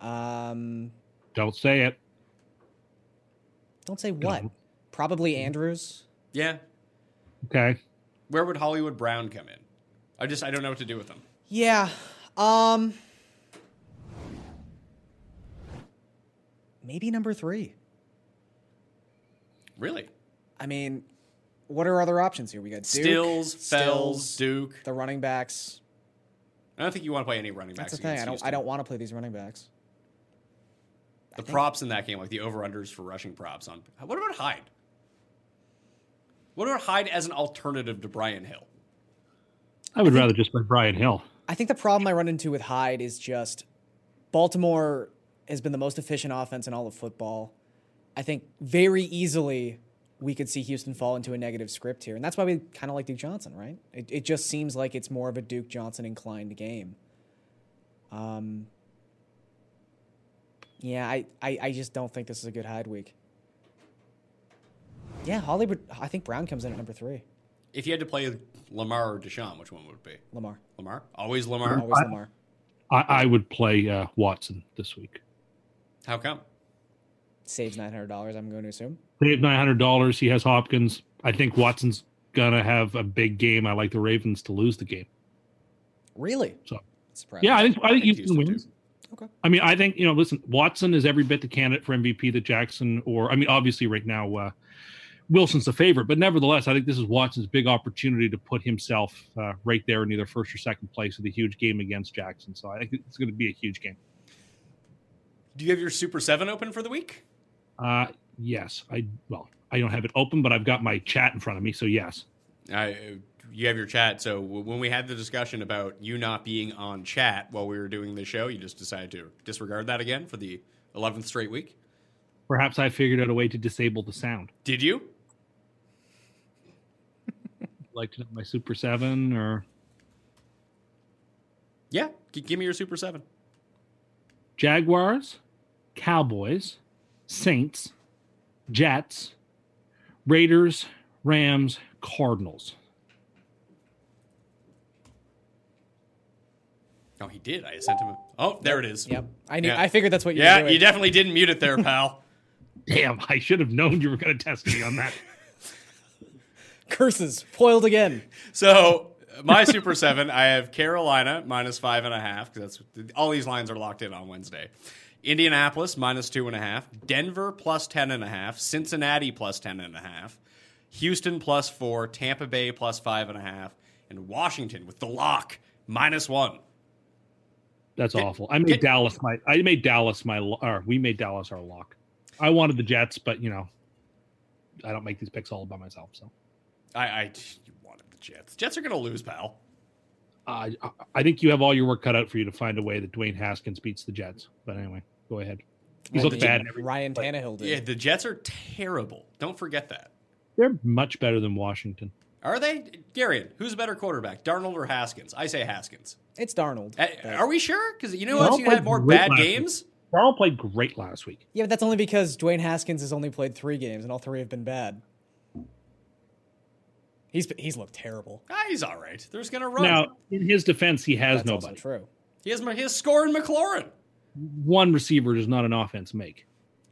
S3: Um,
S5: Don't say it.
S3: don't say what. Probably Andrews.
S2: Yeah.
S5: Okay.
S2: Where would Hollywood Brown come in? I just I don't know what to do with them.
S3: Yeah. Um. Maybe number three.
S2: Really?
S3: I mean, what are other options here? We got Duke,
S2: Stills, Fells, Duke.
S3: the running backs.
S2: I don't think you want to play any running backs.
S3: That's the thing.
S2: against
S3: I don't. I
S2: Houston.
S3: don't want to play these running backs.
S2: The props in that game, like the over unders for rushing props on. What about Hyde? What about Hyde as an alternative to Brian Hill?
S5: I would rather just play Brian Hill.
S3: I think the problem I run into with Hyde is just Baltimore has been the most efficient offense in all of football. I think very easily we could see Houston fall into a negative script here. And that's why we kind of like Duke Johnson, right? It, it just seems like it's more of a Duke Johnson inclined game. Um, yeah, I, I, I just don't think this is a good Hyde week. Yeah, Hollywood. I think Brown comes in at number three.
S2: If you had to play Lamar or Deshaun, which one would it be?
S3: Lamar.
S2: Lamar? Always Lamar.
S3: Always Lamar.
S5: I, I would play uh, Watson this week.
S2: How come?
S3: Saves $900, I'm going to assume.
S5: They have nine hundred dollars. He has Hopkins. I think Watson's gonna have a big game. I like the Ravens to lose the game.
S3: Really?
S5: So-
S3: Surprised.
S5: Yeah, I think I think Houston
S2: Houston
S5: wins.
S2: too.
S3: Okay.
S5: I mean, I think you know. Listen, Watson is every bit the candidate for MVP that Jackson or I mean, obviously right now uh, Wilson's the favorite, but nevertheless, I think this is Watson's big opportunity to put himself uh, right there in either first or second place with a huge game against Jackson. So I think it's going to be a huge game.
S2: Do you have your Super Seven open for the week?
S5: Uh, yes, I well, I don't have it open, but I've got my chat in front of me, so yes.
S2: I, you have your chat. So w- when we had the discussion about you not being on chat while we were doing the show, you just decided to disregard that again for the eleventh straight week.
S5: Perhaps I figured out a way to disable the sound.
S2: Did you?
S5: Like to know my Super Seven or
S2: Yeah. G- give me your Super Seven.
S5: Jaguars, Cowboys, Saints, Jets, Raiders, Rams, Cardinals.
S2: Oh, he did. I sent him. A, oh, there it is.
S3: Yep. I knew.
S2: Yeah.
S3: I figured that's what you were
S2: Yeah,
S3: doing.
S2: you definitely didn't mute it there, pal.
S5: Damn, I should have known you were going to test me on that.
S3: Curses foiled again.
S2: So my super seven, I have Carolina minus five and a half because that's all these lines are locked in on Wednesday. Indianapolis minus two and a half, Denver plus ten and a half, Cincinnati plus ten and a half, Houston plus four, Tampa Bay plus five and a half, and Washington with the lock minus one.
S5: That's awful. I made Dallas my. I made Dallas my. lo- Or we made Dallas our lock. I wanted the Jets, but you know, I don't make these picks all by myself. So
S2: I, I you wanted the Jets. Jets are gonna lose, pal.
S5: uh, I- I think you have all your work cut out for you to find a way that Dwayne Haskins beats the Jets. But anyway, go ahead. He's looked bad. in every-
S3: Ryan Tannehill did.
S2: Yeah, the Jets are terrible. Don't forget that.
S5: They're much better than Washington.
S2: Are they? Darian, who's a better quarterback, Darnold or Haskins? I say Haskins.
S3: It's Darnold.
S2: Uh,
S3: but-
S2: Are we sure? Because you know
S5: Well,
S2: what? You had
S5: but
S2: more
S5: great
S2: bad
S5: last
S2: games.
S5: Darnold played great last week.
S3: yeah, but that's only because Dwayne Haskins has only played three games, and all three have been bad. He's been- he's looked terrible.
S2: Ah, he's all right. There's gonna run.
S5: Now, in his defense, he has
S3: That's also
S5: nobody.
S3: true.
S2: he has his score in McLaurin.
S5: One receiver does not an offense make.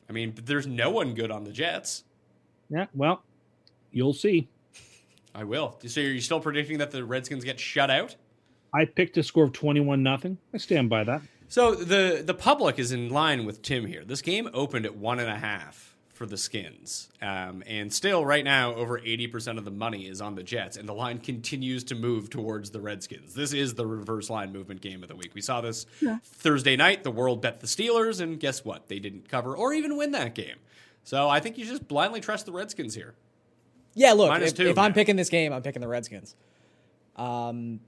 S2: I mean, but there's no one good on the Jets.
S5: Yeah, well, you'll see.
S2: I will. So you're still predicting that the Redskins get shut out?
S5: I picked a score of 21 nothing. I stand by that.
S2: So the the public is in line with Tim here. This game opened at one and a half for the Skins, um, and still right now over eighty percent of the money is on the Jets, and the line continues to move towards the Redskins. This is the reverse line movement game of the week. We saw this Thursday night. The world bet the Steelers, and guess what? They didn't cover or even win that game. So I think you just blindly trust the Redskins here.
S3: Yeah, look,
S2: Minus
S3: if,
S2: two
S3: if I'm
S2: now.
S3: picking this game, I'm picking the Redskins. Um,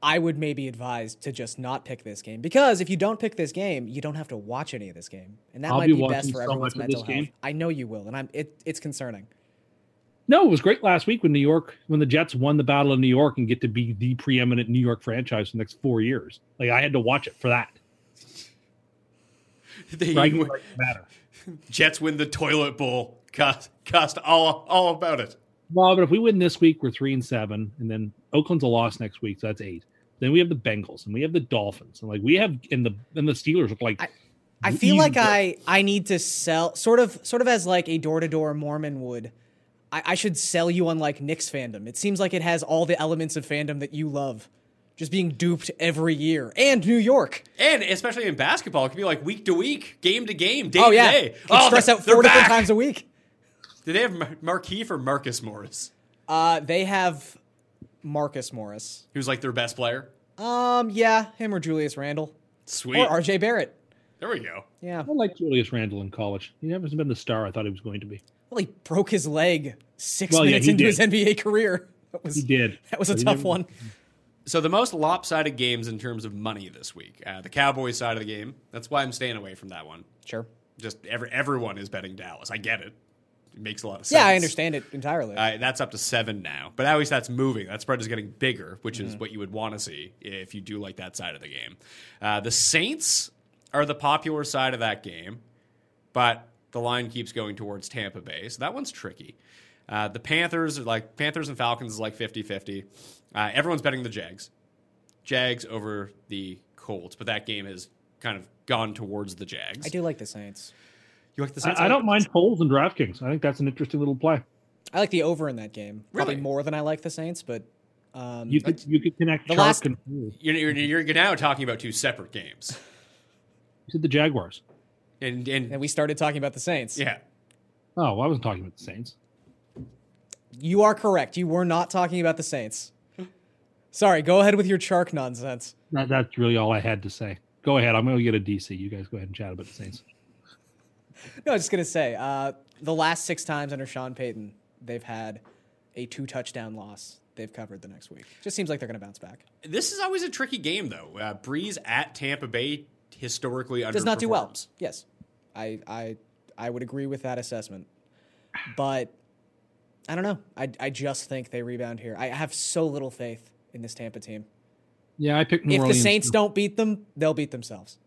S3: I would maybe advise to just not pick this game because if you don't pick this game, you don't have to watch any of this game, and that
S5: I'll
S3: might
S5: be
S3: be, best
S5: watching
S3: for
S5: so
S3: everyone's
S5: much of
S3: mental
S5: this
S3: health.
S5: game.
S3: I know you will, and I'm it, it's concerning.
S5: No, it was great last week when New York, when the Jets won the Battle of New York and get to be the preeminent New York franchise for the next four years. Like I had to watch it for that.
S2: They-
S5: Right? Like, matter.
S2: Jets win the toilet bowl. Cost, cost all all about it.
S5: Well, but if we win this week, we're three and seven, and then Oakland's a loss next week, so that's eight. Then we have the Bengals and we have the Dolphins, and like we have and the and the Steelers look like
S3: I- I feel
S5: Easy
S3: like
S5: bro.
S3: I I need to sell sort of sort of as like a door to door Mormon would. I, I should sell you on like Knicks fandom. It seems like it has all the elements of fandom that you love, just being duped every year. And New York,
S2: And especially in basketball, it can be like week to week, game to game, day
S3: oh
S2: to
S3: yeah,
S2: day.
S3: Can stress
S2: they're-
S3: out four
S2: they're
S3: different
S2: back.
S3: times a week.
S2: Do they have Mar- Markeith or Marcus Morris,
S3: Uh, they have Marcus Morris.
S2: who's like their best player?
S3: Um, yeah, him or Julius Randle
S2: Sweet.
S3: or R.J. Barrett.
S2: there we go.
S3: Yeah.
S5: I like Julius Randle in college. He never has been the star I thought he was going to be.
S3: Well, he broke his leg six
S5: Well, yeah,
S3: minutes
S5: he
S3: into
S5: did.
S3: his NBA career. That was
S5: He did.
S3: that was a
S5: But he
S3: tough
S5: never-
S3: one.
S2: So the most lopsided games in terms of money this week, uh, the Cowboys side of the game. That's why I'm staying away from that one.
S3: Sure.
S2: Just every, everyone is betting Dallas. I get it. It makes a lot of sense.
S3: Yeah, I understand it entirely.
S2: Uh, that's up to seven now, but at least that's moving. That spread is getting bigger, which is what you would want to see if you do like that side of the game. Uh, the Saints are the popular side of that game, but the line keeps going towards Tampa Bay, so that one's tricky. Uh, the Panthers are like Panthers and Falcons is like 50 50. Uh, everyone's betting the Jags. Jags over the Colts, but that game has kind of gone towards the Jags.
S3: I do like the Saints.
S2: You like the Saints?
S5: I, I don't mind polls and DraftKings. I think that's an interesting little play.
S3: I like the over in that game. Probably
S2: Really?
S3: more than I like the Saints, but um,
S5: You could you could connect
S3: The
S5: the
S3: last-
S5: last and Hall. You
S2: You're, you're, you're now talking about two separate games,
S5: said the Jaguars.
S2: and and
S3: and we started talking about the Saints.
S2: yeah.
S5: Oh, I wasn't talking about the Saints.
S3: You are correct. You were not talking about the Saints. Sorry, go ahead with your Chark nonsense.
S5: That, that's really all I had to say. Go ahead. I'm going to get a DC. You guys go ahead and chat about the Saints.
S3: No, I was just gonna say, uh, the last six times under Sean Payton, they've had a two touchdown loss. They've covered the next week. Just seems like they're gonna bounce back.
S2: This is always a tricky game, though. Uh, Breeze at Tampa Bay historically underperforms.
S3: Does not do well. Yes, I I I would agree with that assessment, but I don't know. I I just think they rebound here. I have so little faith in this Tampa team.
S5: Yeah, I picked New
S3: If the
S5: Orleans.
S3: Saints don't beat them, they'll beat themselves.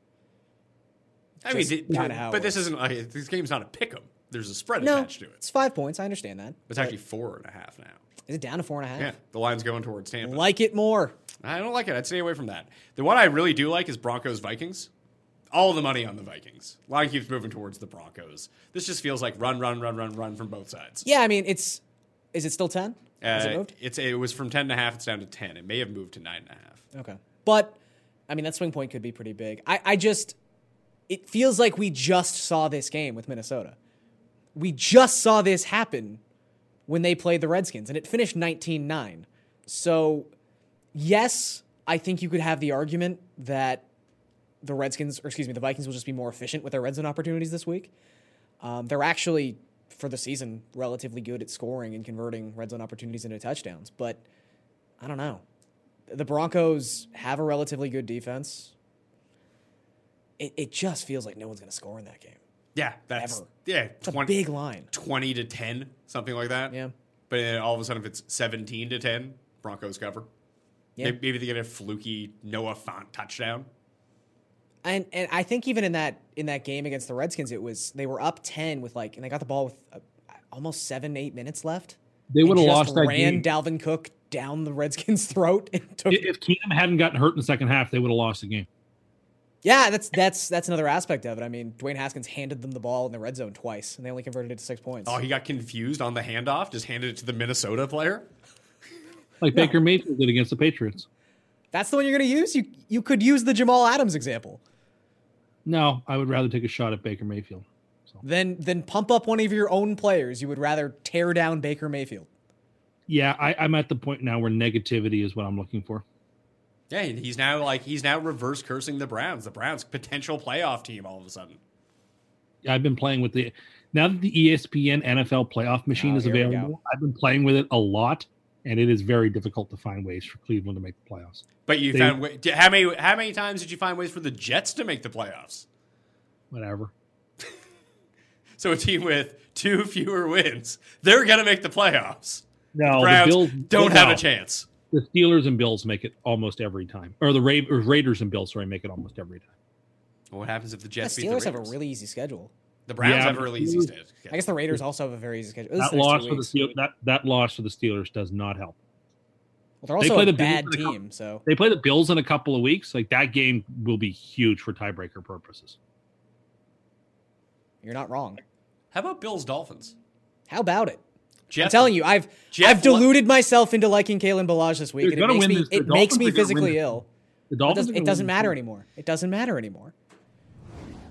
S2: I mean,
S3: Just
S2: it-
S3: kinda how it
S2: but this
S3: works.
S2: isn't. Like, this game's not a pick 'em. There's a spread
S3: No,
S2: attached to
S3: it's
S2: it.
S3: five points. I understand that.
S2: It's actually four and a half now.
S3: Is it down to four and a half?
S2: Yeah, the line's going towards Tampa.
S3: Like it more.
S2: I don't like it. I'd stay away from that. The one I really do like is Broncos Vikings. All the money on the Vikings. Line keeps moving towards the Broncos. This just feels like run, run, run, run, run from both sides.
S3: Yeah, I mean it's. Is it still ten? Has it
S2: Uh,
S3: moved?
S2: It's it was from ten and a half. It's down to ten. It may have moved to nine and a half.
S3: Okay. But I mean that swing point could be pretty big. I, I just it feels like we just saw this game with Minnesota. We just saw this happen when they played the Redskins and it finished 19-9. So yes, I think you could have the argument that the Redskins or excuse me, the Vikings will just be more efficient with their red zone opportunities this week. Um, they're actually for the season relatively good at scoring and converting red zone opportunities into touchdowns, but I don't know the Broncos have a relatively good defense. It, it just feels like no one's going to score in that game.
S2: Yeah, that's
S3: Ever.
S2: yeah.
S3: It's a
S2: 20
S3: big line.
S2: 20 to 10, something like that.
S3: Yeah.
S2: But then all of a sudden, if it's 17 to 10, Broncos cover.
S3: Yeah.
S2: Maybe, maybe they get a fluky Noah Font touchdown.
S3: And and I think even in that in that game against the Redskins, it was they were up ten with like and they got the ball with uh, almost seven eight minutes left.
S5: They
S3: And
S5: would've
S3: just
S5: lost that
S3: Ran
S5: game.
S3: Dalvin Cook down the Redskins' throat and took.
S5: If if Keenum hadn't gotten hurt in the second half, they would have lost the game.
S3: yeah, that's that's that's another aspect of it. I mean, Dwayne Haskins handed them the ball in the red zone twice, and they only converted it to six points.
S2: Oh, he got confused on the handoff, just handed it to the Minnesota player.
S5: Like Baker Mayfield did against the Patriots.
S3: That's the one you're going to use. You you could use the Jamal Adams example.
S5: No, I would rather take a shot at Baker Mayfield.
S3: Then then pump up one of your own players. You would rather tear down Baker Mayfield.
S5: Yeah, I, I'm at the point now where negativity is what I'm looking for.
S2: Yeah, and he's now like he's now reverse cursing the Browns. The Browns potential playoff team all of a sudden.
S5: I've been playing with the now that the E ESPN NFL playoff machine
S3: Oh,
S5: is
S3: here we go.
S5: available. I've been playing with it a lot, and it is very difficult to find ways for Cleveland to make the playoffs.
S2: But you
S5: They-
S2: found wa- di- how many how many times did you find ways for the Jets to make the playoffs?
S5: Whatever.
S2: So a team with two fewer wins, they're gonna make the playoffs.
S5: No,
S2: Browns
S5: Oh, the Bills
S2: don't have
S5: no.
S2: a chance.
S5: The Steelers and Bills make it almost every time, or the Ra- or Raiders and Bills, sorry, make it almost every time.
S2: What happens if the
S3: The
S2: Jets beat the
S3: Steelers have a
S2: Raiders?
S3: really easy schedule.
S2: the Browns
S5: Yeah,
S2: have a
S5: but
S2: really easy
S5: Steelers-
S2: stage.
S3: I guess the Raiders also have a very easy schedule. This is
S5: That
S3: the next two
S5: loss for the
S3: weeks.
S5: Steel that that loss for the Steelers does not help.
S3: Well, they're
S5: They
S3: also
S5: play
S3: a
S5: the Bills
S3: bad
S5: in a couple-
S3: team, so
S5: They play the Bills in a couple of weeks. Like that game will be huge for tiebreaker purposes.
S3: you're not wrong.
S2: How about Bills Dolphins?
S3: How about it?
S2: Jeff,
S3: I'm telling you, I've
S2: Jeff
S3: I've
S2: Lu-
S3: deluded myself into liking Kalen Balaj this week, and
S5: They're
S3: it
S5: gonna
S3: makes
S5: win
S3: me
S5: this. The
S3: it makes
S5: Dolphins
S3: me
S5: are gonna win
S3: physically
S5: this.
S3: ill.
S5: The
S3: It
S5: Dolphins.
S3: doesn't,
S5: are
S3: it
S5: gonna
S3: doesn't
S5: win
S3: matter
S5: this
S3: anymore. It doesn't matter anymore.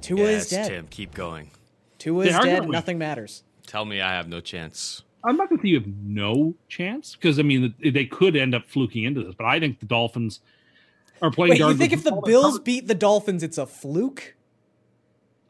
S3: Tua
S4: Yes,
S3: is dead.
S4: Tim, keep going.
S3: Tua
S5: They
S3: is
S5: are gonna
S3: dead.
S5: win.
S3: Nothing matters.
S4: Tell me I have no chance.
S5: I'm not going to say you have no chance because I mean they could end up fluking into this, but I think the Dolphins are playing.
S3: Wait, you
S5: darn
S3: think
S5: good
S3: if the
S5: football.
S3: Bills beat the Dolphins, it's a fluke?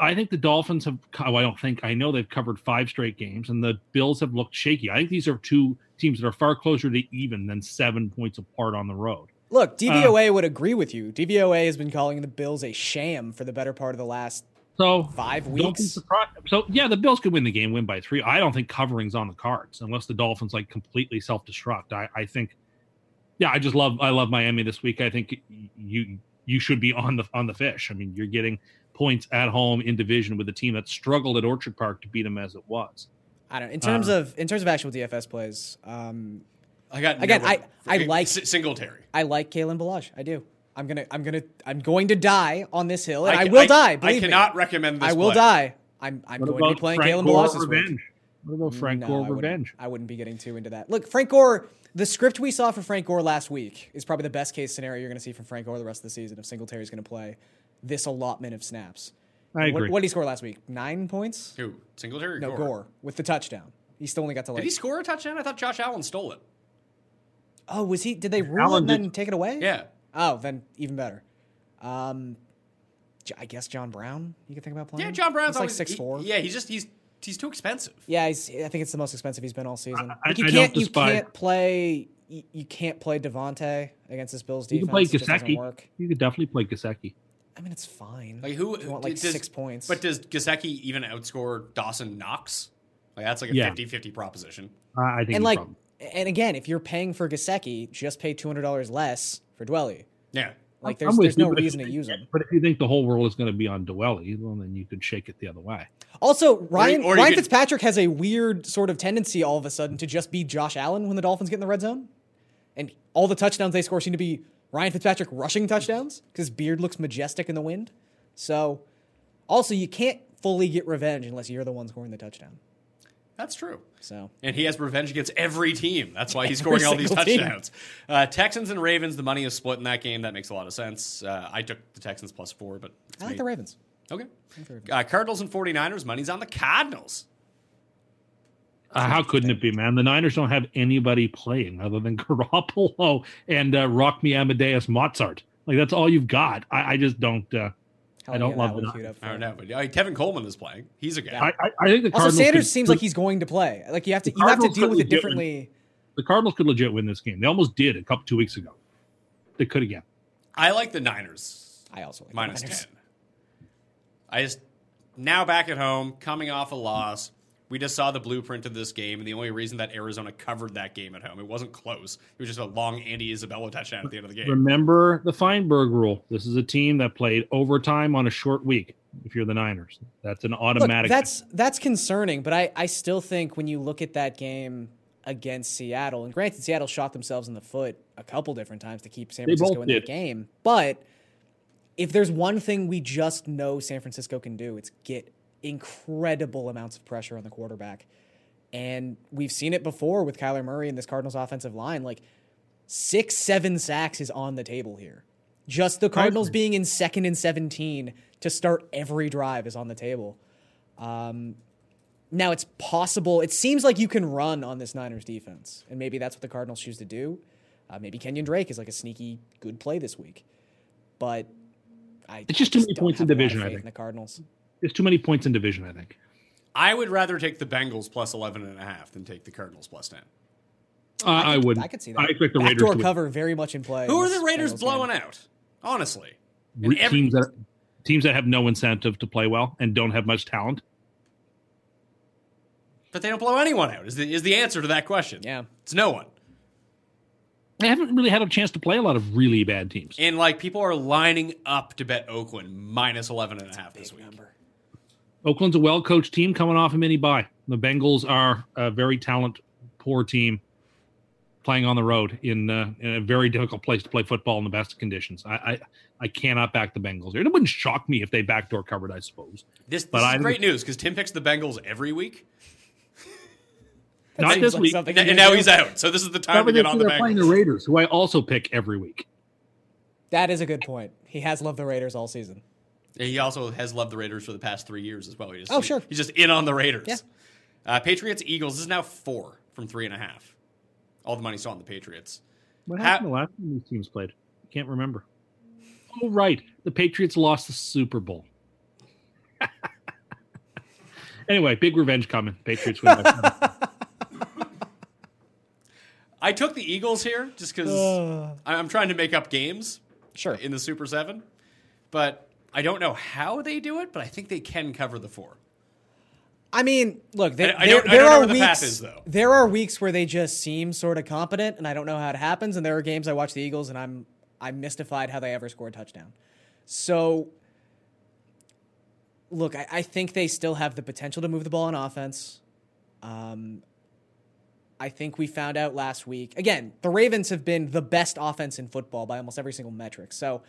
S5: I think the Dolphins have. co- Oh, I don't think I know they've covered five straight games, and the Bills have looked shaky. I think these are two teams that are far closer to even than seven points apart on the road.
S3: Look, DVOA would agree with you. DVOA has been calling the Bills a sham for the better part of the last
S5: So
S3: five
S5: Don't be
S3: weeks.
S5: surprised. So yeah, the Bills could win the game, win by three. I don't think covering's on the cards unless the Dolphins like completely self-destruct. I, I think, yeah, I just love I love Miami this week. I think you you should be on the on the fish. I mean, you're getting points at home in division with a team that struggled at Orchard Park to beat them as it was.
S3: I don't. In terms
S5: Uh,
S3: of in terms of actual DFS plays, um,
S2: I got
S3: Again,
S2: nobody.
S3: I- I like-
S2: S- Singletary.
S3: I like Kalen Balaj. I do. I'm gonna I'm gonna I'm going to die on this hill, and I,
S2: ca-
S3: will die.
S2: I
S3: Believe
S2: cannot
S3: me.
S2: recommend this.
S3: I will
S2: play.
S3: die. I'm I'm going
S5: What
S3: to be
S5: about
S3: playing
S5: Frank
S3: Kalen Balaj
S5: Gore
S3: this week.
S5: revenge? What about Frank
S3: No,
S5: Gore
S3: I wouldn't-
S5: revenge?
S3: I wouldn't be getting too into that. Look, Frank Gore, the script we saw for Frank Gore last week is probably the best case scenario you're going to see from Frank Gore the rest of the season if Singletary's going to play this allotment of snaps.
S5: I agree.
S3: What, what did he score last week? Nine points?
S2: Who? Singletary? Or
S3: No, Gore.
S2: Gore.
S3: with the touchdown. He still only got to
S2: Did
S3: like.
S2: he score a touchdown? I thought Josh Allen stole it.
S3: oh, was he? Did they rule it
S5: Allen
S3: and
S5: did-
S3: then take it away?
S2: Yeah.
S3: Oh, then even better. Um, J- I guess John Brown. You can think about playing.
S2: Yeah, John Brown's
S3: He's like
S2: always
S3: six
S2: he-
S3: four.
S2: yeah, he's just he's he's too expensive.
S3: Yeah, he's, I think it's the most expensive he's been all season.
S5: I-
S3: Like, you
S5: I
S3: can't
S5: don't
S3: you
S5: despise-
S3: can't play you, you can't play Devonte against this Bills
S5: you
S3: defense.
S5: could play
S3: It just doesn't
S5: Gasecki.
S3: work.
S5: You could definitely play Gasecki.
S3: I mean, it's fine.
S2: Like who?
S3: If you want like
S2: does-
S3: six points?
S2: But does Gasecki even outscore Dawson Knox? Like that's like a
S5: Yeah.
S2: 50-50 proposition.
S5: I I think
S3: and
S5: you
S3: like
S5: probably-
S3: and again, if you're paying for Gasecki, just pay two hundred dollars less for Dwelly.
S2: Yeah.
S3: Like
S5: I'm
S3: there's
S5: with
S3: there's
S5: you,
S3: no
S5: but if
S3: reason
S5: you
S3: to
S5: think-
S3: use him.
S5: But if you think the whole world is going to be on Dwelly, well, then you could shake it the other way.
S3: Also, Ryan
S2: or you
S3: Ryan
S2: could-
S3: Fitzpatrick has a weird sort of tendency all of a sudden to just be Josh Allen when the Dolphins get in the red zone, and all the touchdowns they score seem to be Ryan Fitzpatrick rushing touchdowns because beard looks majestic in the wind. So, also you can't fully get revenge unless you're the one scoring the touchdown.
S2: That's true.
S3: So
S2: And he has revenge against every team. That's why he's
S3: Every
S2: scoring all these
S3: single team.
S2: touchdowns. Uh, Texans and Ravens, the money is split in that game. That makes a lot of sense. Uh, I took the Texans plus four, but it's
S3: I like
S2: me.
S3: the Ravens.
S2: Okay. Uh, Cardinals and 49ers, money's on the Cardinals.
S5: Uh, how couldn't it be, man? The Niners don't have anybody playing other than Garoppolo and uh, Rock Me Amadeus Mozart. Like that's all you've got. I, I just don't. Uh,
S3: How
S5: I
S3: long
S5: don't
S3: you got
S5: love
S3: that
S5: the
S3: one
S5: Niners.
S3: queued up
S2: I
S3: for?
S2: don't know, but uh, Kevin Coleman is playing. He's a guy.
S5: I, I, I think the
S3: Also,
S5: Cardinals
S3: Sanders
S5: could-
S3: seems like he's going to play. Like you have to,
S5: The
S3: you have to
S5: Cardinals
S3: deal with it
S5: couldn't get one.
S3: differently.
S5: the Cardinals could legit win this game. They almost did a couple two weeks ago. They could again.
S2: I like the Niners
S3: I also like the
S2: minus
S3: Niners.
S2: ten. I just now back at home, coming off a loss. We just saw the blueprint of this game, and the only reason that Arizona covered that game at home, it wasn't close. It was just a long Andy Isabella touchdown at the end of the game.
S5: Remember the Feinberg rule. This is a team that played overtime on a short week. If you're the Niners, that's an
S3: Look,
S5: automatic.
S3: that's that's concerning, but I, I still think when you look at that game against Seattle, and granted Seattle shot themselves in the foot a couple different times to keep San
S5: They
S3: Francisco
S5: both
S3: in that
S5: did.
S3: game, but if there's one thing we just know San Francisco can do, it's get incredible amounts of pressure on the quarterback. And we've seen it before with Kyler Murray and this Cardinals offensive line. Like six, seven sacks is on the table here. Just the Cardinals being in second and 17 to start every drive is on the table. Um, now it's possible. It seems like you can run on this Niners defense, and maybe that's what the Cardinals choose to do. Uh, maybe Kenyon Drake is like a sneaky good play this week, but I
S5: It's just too many
S3: don't
S5: points in
S3: have a lot of
S5: division, I
S3: faith in
S5: think.
S3: the Cardinals.
S5: There's too many points in division, I think.
S2: I would rather take the Bengals plus 11 and a half than take the Cardinals plus 10.
S5: Uh, I, would.
S3: I could see that.
S5: I expect the Raiders
S3: Backdoor
S5: to win.
S3: cover very much in play.
S2: Who
S3: in
S2: are
S3: this
S2: the Raiders
S3: Bengals game.
S2: blowing out? Honestly.
S5: Re-
S2: And every-
S5: teams that teams that have no incentive to play well and don't have much talent.
S2: But they don't blow anyone out, is the, is the answer to that question.
S3: Yeah.
S2: It's no one.
S5: They haven't really had a chance to play a lot of really bad teams.
S2: And like people are lining up to bet Oakland minus 11 and a half this week.
S5: Oakland's a well coached team coming off a mini bye. The Bengals are a very talent poor team playing on the road in, uh, in a very difficult place to play football in the best of conditions. I, I I cannot back the Bengals here. It wouldn't shock me if they backdoor covered, I suppose.
S2: This, this
S5: But
S2: is
S5: I'm-
S2: great news because Tim picks the Bengals every week.
S5: Not
S3: seems
S5: this
S3: like
S5: week.
S3: something
S2: And, and now he's out. So this is the time
S5: Not
S2: to
S5: with
S2: get
S5: this
S2: on
S5: team.
S2: the
S5: They're playing the
S2: Bengals.
S5: Raiders, who I also pick every week.
S3: That is a good point. He has loved the Raiders all season.
S2: And he also has loved the Raiders for the past three years as well. He just,
S3: Oh, sure.
S2: He's just in on the Raiders.
S3: Yeah.
S2: Uh, Patriots, Eagles this is now four from three and a half. All the money's on the Patriots.
S5: What
S2: Ha-
S5: happened the last time these teams played? Can't remember. Oh, right. The Patriots lost the Super Bowl. anyway, big revenge coming. Patriots win. by-
S2: I took the Eagles here just because I'm trying to make up games
S3: Sure.
S2: in the Super 7, but I don't know how they do it, but I think they can cover the four.
S3: I mean, look, there,
S2: I- I
S3: there,
S2: don't- I
S3: there
S2: don't know
S3: are
S2: where the
S3: weeks.
S2: path is, though.
S3: There are weeks where they just seem sort of competent, and I don't know how it happens. And there are games I watch the Eagles, and I'm I'm mystified how they ever score a touchdown. So, look, I, I think they still have the potential to move the ball on offense. Um, I think we found out last week. Again, the Ravens have been the best offense in football by almost every single metric. So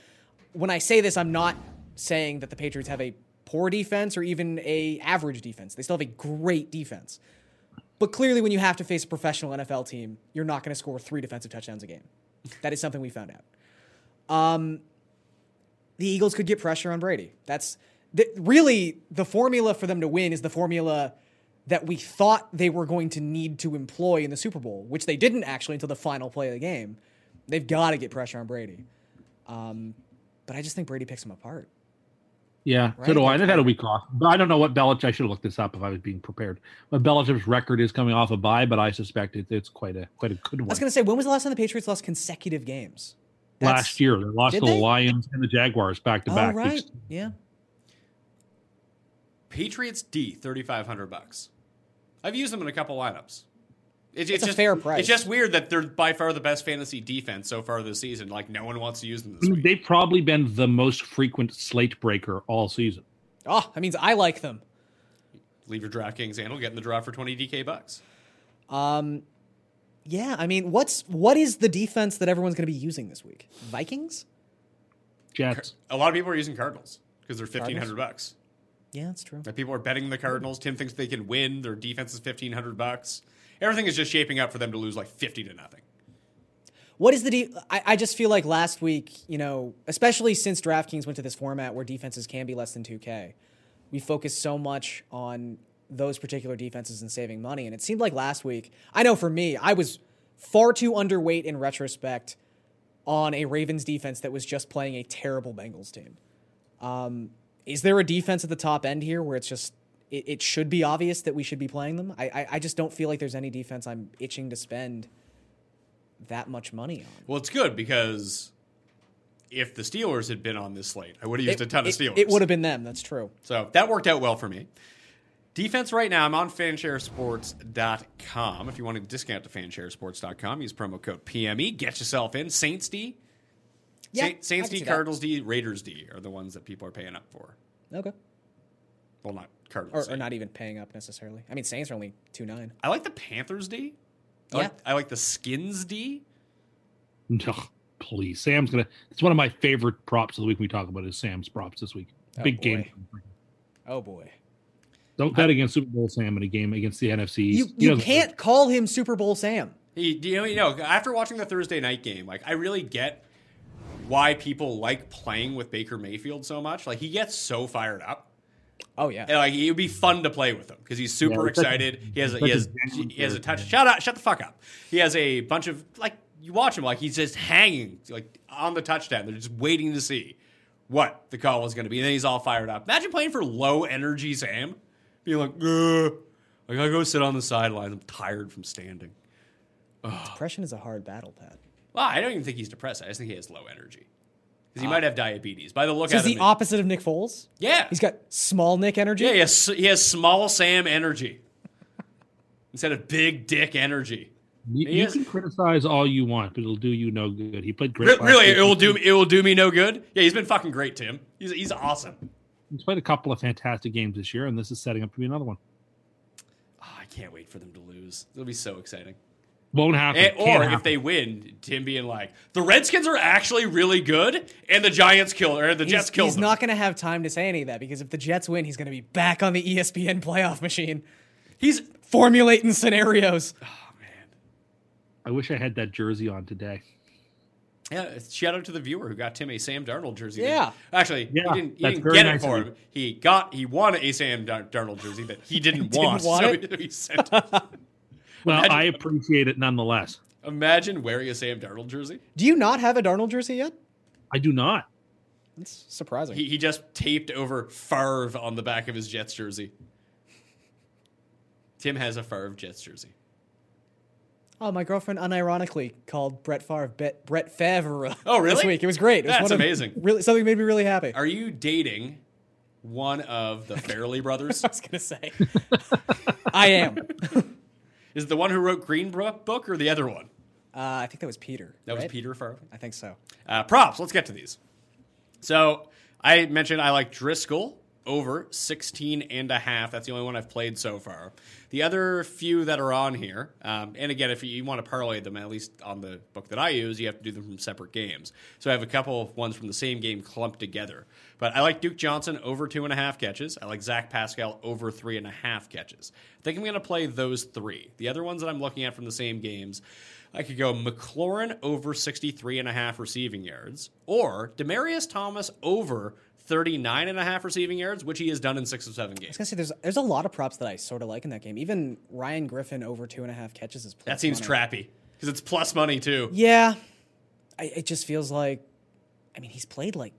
S3: when I say this, I'm not saying that the Patriots have a poor defense or even a average defense. They still have a great defense. But clearly when you have to face a professional NFL team, you're not going to score three defensive touchdowns a game. That is something we found out Um, the Eagles could get pressure on Brady. That's th- really the formula for them to win is the formula that we thought they were going to need to employ in the Super Bowl, which they didn't actually until the final play of the game. They've got to get pressure on Brady. Um, but I just think Brady picks them apart.
S5: yeah, so
S3: Right,
S5: do I. They've had a week off. But I don't know what Belichick. I should have looked this up if I was being prepared. But Belichick's record is coming off a bye, but I suspect it, it's quite a quite a good
S3: I
S5: one.
S3: was going to say, when was the last time the Patriots lost consecutive games? That's-
S5: Last year, they lost
S3: Did
S5: to the
S3: they?
S5: Lions and the Jaguars back to
S3: Oh,
S5: back.
S3: right.
S5: It's-
S3: Yeah.
S2: Patriots D, 3,500 bucks. I've used them in a couple lineups. It's,
S3: a
S2: just,
S3: fair price.
S2: It's just weird that they're by far the best fantasy defense so far this season. Like, no one wants to use
S3: Mm-hmm.
S2: them this week.
S5: They've probably been the most frequent slate breaker all season.
S3: Oh, that means I like them.
S2: Leave your DraftKings handle, get in the draw for 20 DK bucks.
S3: Um, yeah, I mean, what's what is the defense that everyone's going to be using this week? Vikings?
S5: Jets.
S2: A lot of people are using Cardinals because they're 1,500 bucks.
S3: Yeah, that's true.
S2: That people are betting the Cardinals. Tim thinks they can win. Their defense is 1,500 bucks. Everything is just shaping up for them to lose like 50 to nothing.
S3: What is the de- I, I just feel like last week, you know, especially since DraftKings went to this format where defenses can be less than 2K, we focused so much on those particular defenses and saving money. And it seemed like last week, I know for me, I was far too underweight in retrospect on a Ravens defense that was just playing a terrible Bengals team. Um, is there a defense at the top end here where it's just it, it should be obvious that we should be playing them? I, I I just don't feel like there's any defense I'm itching to spend that much money on.
S2: Well, it's good because if the Steelers had been on this slate, I would have used a ton of
S3: it,
S2: Steelers.
S3: It would have been them. That's true.
S2: So that worked out well for me. Defense right now, I'm on fansharesports.com. If you want a discount to fansharesports.com, use promo code PME. Get yourself in. Saints D.
S3: Yeah,
S2: Saint- Saints
S3: I can
S2: D,
S3: see that.
S2: Cardinals D, Raiders D are the ones that people are paying up for.
S3: Okay.
S2: Well, not
S3: Or,
S2: Cardinals.
S3: or
S2: D.
S3: not even paying up necessarily. I mean, Saints are only two nine.
S2: I like the Panthers D. I
S3: Yeah.
S2: like, I like the Skins D.
S5: No, please. Sam's gonna. It's one of my favorite props of the week. We talk about is Sam's props this week.
S3: Oh,
S5: Big
S3: boy.
S5: game.
S3: Oh boy.
S5: Don't bet against Super Bowl Sam in a game against the NFC.
S3: You
S5: He
S3: you
S5: doesn't-
S3: can't call him Super Bowl Sam.
S2: He, do you know, you know, after watching the Thursday night game, like I really get why people like playing with Baker Mayfield so much. Like he gets so fired up.
S3: Oh yeah.
S2: And, like it would be fun to play with him because he's super
S5: Yeah, it's such a-
S2: excited. he has a, he
S5: such a
S2: has
S5: genuine
S2: he has a
S5: player,
S2: touch. Shut up! Shut the fuck up! He has a bunch of like you watch him like he's just hanging like on the touchdown. They're just waiting to see what the call is going to be, and then he's all fired up. Imagine playing for low energy Sam, being like, "Ugh." like I go sit on the sidelines. I'm tired from standing.
S3: Depression is a hard battle, Pat.
S2: Well, I don't even think he's depressed. I just think he has low energy because he might have diabetes. By the look
S3: Uh, So
S2: at
S3: he's
S2: him,
S3: the opposite of Nick Foles.
S2: yeah,
S3: He's got small Nick energy.
S2: Yeah, he has, he has small Sam energy instead of big dick energy.
S5: You,
S2: He
S5: you
S2: is-
S5: can criticize all you want, but it'll do you no good. He played great.
S2: Re-
S5: last
S2: really,
S5: week.
S2: it will do it will do me no good. Yeah, he's been fucking great, Tim. He's he's awesome.
S5: He's played a couple of fantastic games this year, and this is setting up to be another one.
S2: Ah, I can't wait for them to lose. It'll be so exciting.
S5: Won't happen.
S2: And,
S5: Can't
S2: Eh, or if
S5: happen.
S2: they win, Tim being like, the Redskins are actually really good, and the Giants kill or the
S3: He's,
S2: Jets kill
S3: he's
S2: them.
S3: not going to have time to say any of that because if the Jets win, he's going to be back on the E ESPN playoff machine,
S2: he's
S3: formulating scenarios.
S5: I wish I had that jersey on today.
S2: yeah. Shout out to the viewer who got Tim a Sam Darnold jersey. that-
S3: Yeah.
S2: actually,
S5: Yeah,
S2: he didn't, he
S5: that's
S2: didn't
S5: very
S2: get it
S5: nice of
S2: for
S5: you.
S2: him. He got he won a Sam Dar- Darnold jersey that he didn't, want,
S3: want
S2: so
S3: it?
S2: he, he sent it
S5: Well, I appreciate it nonetheless.
S2: Imagine wearing a Sam Darnold jersey.
S3: Do you not have a Darnold jersey yet?
S5: I do not.
S3: That's surprising.
S2: He, he just taped over Favre on the back of his Jets jersey. Tim has a Favre Jets jersey.
S3: oh, my girlfriend unironically called Brett Favre Bet- Brett Favre.
S2: Oh, really?
S3: This week it was great. It was
S2: That's
S3: one of-
S2: amazing.
S3: Really, something made me really happy. I
S2: Are you dating one of the Fairley brothers?
S3: was going to say, I am. Uh,
S2: Is it the one who wrote Green Bro- Book or the other one?
S3: Uh, I think that was Peter.
S2: That was
S3: right?
S2: Peter Favre.
S3: I think so.
S2: Uh, props. Let's get to these. So I mentioned I like Driscoll over 16 and a half. That's the only one I've played so far. The other few that are on here, um, and again, if you want to parlay them, at least on the book that I use, you have to do them from separate games. So I have a couple of ones from the same game clumped together. But I like Duke Johnson over two and a half catches. I like Zach Pascal over three and a half catches. I think I'm going to play those three. The other ones that I'm looking at from the same games, I could go McLaurin over 63 and a half receiving yards or Demarius Thomas over 39 and a half receiving yards, which he has done in six of seven
S3: I was
S2: games.
S3: gonna say there's there's a lot of props that I sort of like in that game. Even Ryan Griffin over two and a half catches is
S2: That seems trappy because it's plus money too.
S3: Yeah, I, it just feels like, I mean, he's played like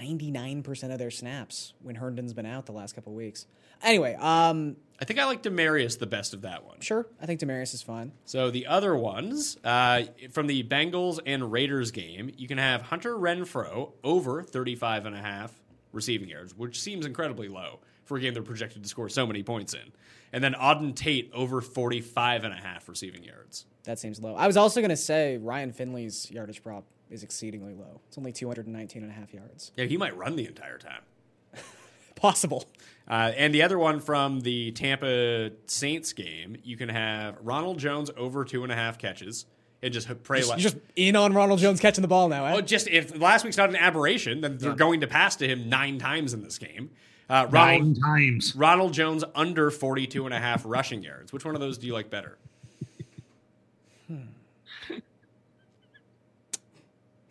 S3: 99% of their snaps when Herndon's been out the last couple weeks. Anyway, um,
S2: I think I like Demarius the best of that one.
S3: sure, I think Demarius is fine.
S2: So the other ones uh, from the Bengals and Raiders game, you can have Hunter Renfro over 35 and a half receiving yards, which seems incredibly low for a game they're projected to score so many points in. And then Auden Tate over 45 and a half receiving yards.
S3: That seems low. I was also gonna say Ryan Finley's yardage prop is exceedingly low. It's only 219 and a half yards.
S2: Yeah, he might run the entire time.
S3: Possible.
S2: Uh, and the other one from the Tampa Saints game, you can have Ronald Jones over two and a half catches and just h- pray
S3: You're
S2: left.
S3: just in on Ronald Jones catching the ball now. Eh?
S2: Oh, just if last week's not an aberration, then they're going to pass to him nine times in this game. Uh,
S5: Nine
S2: Ronald,
S5: times.
S2: Ronald Jones under 42 and a half rushing yards. Which one of those do you like better?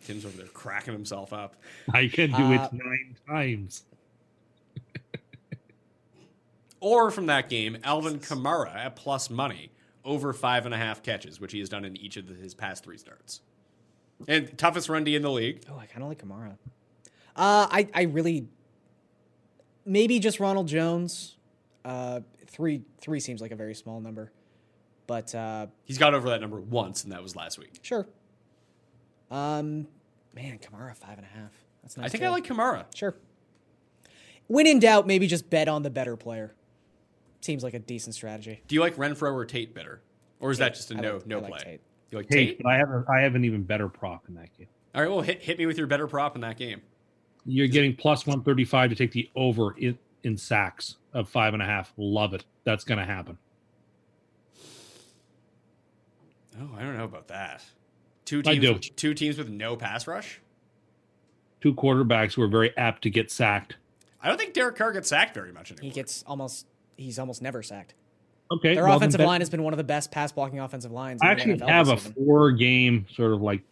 S2: Tim's over there cracking himself up.
S5: I can do
S3: Uh,
S5: it nine times.
S2: Or from that game, Alvin Kamara at plus money over five and a half catches, which he has done in each of the- his past three starts. And toughest run D in the league.
S3: Oh, I kind of like Kamara. Uh, I, I really, maybe just Ronald Jones. Uh, three, three seems like a very small number, but uh,
S2: He's got over that number once, and that was last week.
S3: sure. Um, man, Kamara five and a half. That's nice.
S2: I think
S3: too.
S2: I like Kamara.
S3: sure. When in doubt, maybe just bet on the better player. Seems like a decent strategy.
S2: Do you like Renfro or Tate better? Or is that just a
S3: I
S2: no
S3: like-
S2: no
S3: I like
S2: play?
S3: Tate.
S2: You like
S5: Hey,
S2: Tate?
S5: but I have a, I have an even better prop in that game.
S2: All right, well, hit, hit me with your better prop in that game.
S5: You're getting plus one thirty five to take the over in, in sacks of five and a half. Love it. That's going to happen.
S2: Oh, I don't know about that. Two
S5: I
S2: teams,
S5: do.
S2: two teams with no pass rush.
S5: Two quarterbacks who are very apt to get sacked.
S2: I don't think Derek Carr gets sacked very much anymore.
S3: He gets almost. He's almost never sacked.
S5: Okay,
S3: Their
S5: well, then
S3: offensive
S5: that-
S3: line has been one of the best pass blocking offensive lines. in
S5: I
S3: the
S5: actually
S3: NFL
S5: have
S3: this
S5: a
S3: season.
S5: four game sort of like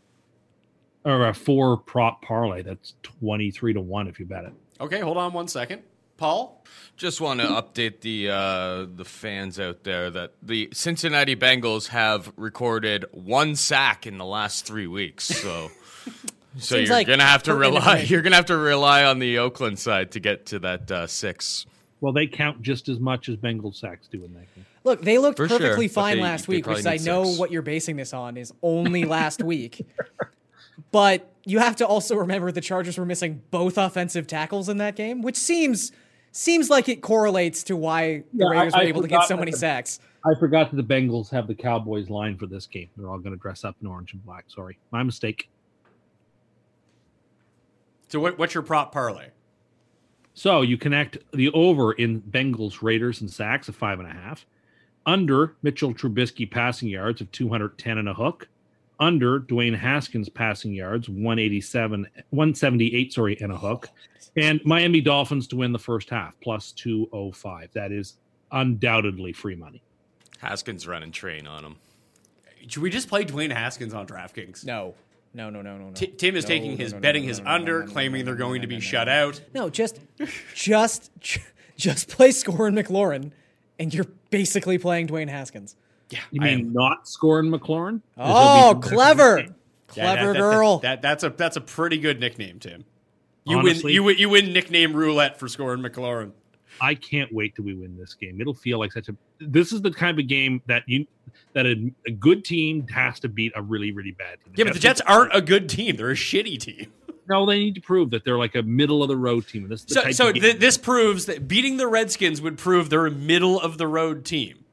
S5: or a four prop parlay that's 23 to 1 if you bet it.
S2: Okay, hold on one second. Paul,
S4: Just want to update the uh, the fans out there that the Cincinnati Bengals have recorded one sack in the last three weeks. So, so
S3: Seems
S4: you're
S3: like
S4: gonna have to
S3: pertinent
S4: rely.
S3: information.
S4: You're gonna have to rely on the Oakland side to get to that uh, six.
S5: Well, they count just as much as Bengal sacks do in that game.
S3: Look, they looked
S4: For sure,
S3: perfectly
S4: but
S3: fine
S4: they-
S3: last
S4: they
S3: week,
S4: probably
S3: which I
S4: need
S3: know
S4: six.
S3: what you're basing this on is only last week. But you have to also remember the Chargers were missing both offensive tackles in that game, which seems seems like it correlates to why the
S5: Yeah, I-
S3: Raiders were
S5: I
S3: able to get
S5: forgot
S3: so
S5: that
S3: many
S5: the-
S3: sacks.
S5: I forgot that the Bengals have the Cowboys line for this game. They're all going to dress up in orange and black. Sorry, my mistake.
S2: so what, what's your prop parlay?
S5: So you connect the over in Bengals, Raiders, and sacks of five and a half, under Mitchell Trubisky passing yards of 210 and a hook, under Dwayne Haskins passing yards 187, 178, sorry, and a hook, and Miami Dolphins to win the first half plus 205. That is undoubtedly free money.
S4: Haskins running train on him.
S2: Should we just play Dwayne Haskins on DraftKings?
S3: No. No, no, no, no, no.
S2: T- Tim is
S3: No,
S2: taking
S3: no,
S2: his
S3: no, no,
S2: betting
S3: no,
S2: his
S3: no, no, no,
S2: under,
S3: no, no,
S2: claiming
S3: no,
S2: they're
S3: no,
S2: going
S3: no,
S2: to be
S3: no, no,
S2: shut
S3: no.
S2: out.
S3: No, just just just play score in McLaurin and you're basically playing Dwayne Haskins.
S5: You
S2: I
S5: mean
S2: am-
S5: not scoring McLaurin?
S3: Oh, clever.
S2: Yeah, that-
S3: Clever
S2: that-
S3: girl.
S2: That, that's a that's a pretty good nickname, Tim. You
S5: Honestly-
S2: win you win you win nickname roulette for scoring McLaurin.
S5: I can't wait till we win this game. It'll feel like such a. This is the kind of game that you that a, a good team has to beat a really really bad team.
S2: Yeah, but the Jets aren't a good team. They're a shitty team.
S5: No, they need to prove that they're like a middle of the road team. This is the
S2: So,
S5: type
S2: so
S5: of game-
S2: th- this proves that beating the Redskins would prove they're a middle of the road team.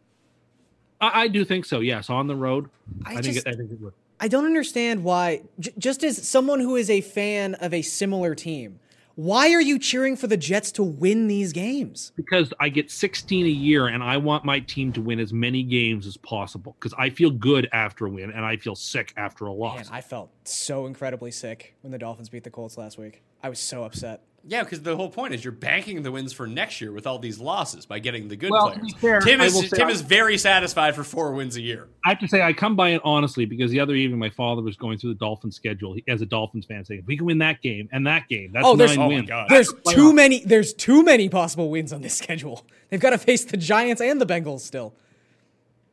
S5: I, I do think so. Yes, on the road. I,
S3: I
S5: think
S3: just-
S5: it, I think it would.
S3: I don't understand why, j- just as someone who is a fan of a similar team, why are you cheering for the Jets to win these games?
S5: because I get 16 a year and I want my team to win as many games as possible because I feel good after a win and I feel sick after a
S3: Man,
S5: loss.
S3: I felt so incredibly sick when the Dolphins beat the Colts last week. I was so upset.
S2: Yeah, because the whole point is you're banking the wins for next year with all these losses by getting the good
S5: Well, to
S2: players.
S5: be fair,
S2: Tim
S5: I
S2: is
S5: will say
S2: Tim
S5: I-
S2: is very satisfied for four wins a year.
S5: I have to say I come by it honestly because the other evening my father was going through the Dolphins schedule he, as a Dolphins fan, saying if we can win that game and that game, that's
S3: Oh,
S5: nine
S3: there's- oh my
S5: wins.
S2: God.
S3: There's too many. There's too many possible wins on this schedule. They've got to face the Giants and the Bengals still,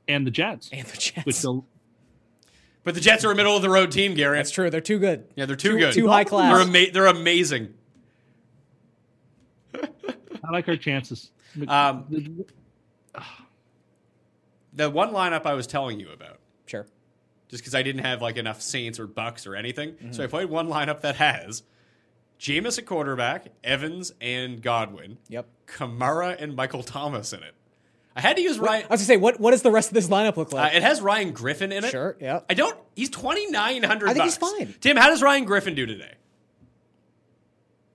S5: and the Jets,
S3: and the
S5: which
S3: Jets.
S5: the,
S2: But the Jets are a middle of the road team, Gary.
S3: That's true. They're too good.
S2: Yeah, they're too, good.
S3: Too high class.
S2: They're, ama- they're amazing.
S5: I like our chances.
S3: Uh,
S2: Um, The one lineup I was telling you about,
S3: sure.
S2: just because I didn't have like enough Saints or Bucks or anything,
S3: Mm-hmm.
S2: so I played one lineup that has Jameis at quarterback, Evans and Godwin,
S3: Yep.
S2: Kamara and Michael Thomas in it. I had to use
S3: I
S2: Ryan.
S3: was gonna say, what what does the rest of this lineup look
S2: Uh,
S3: like?
S2: it has Ryan Griffin in it.
S3: sure. Yeah.
S2: I don't. He's twenty nine hundred.
S3: I think he's fine.
S2: Tim, how does Ryan Griffin do today?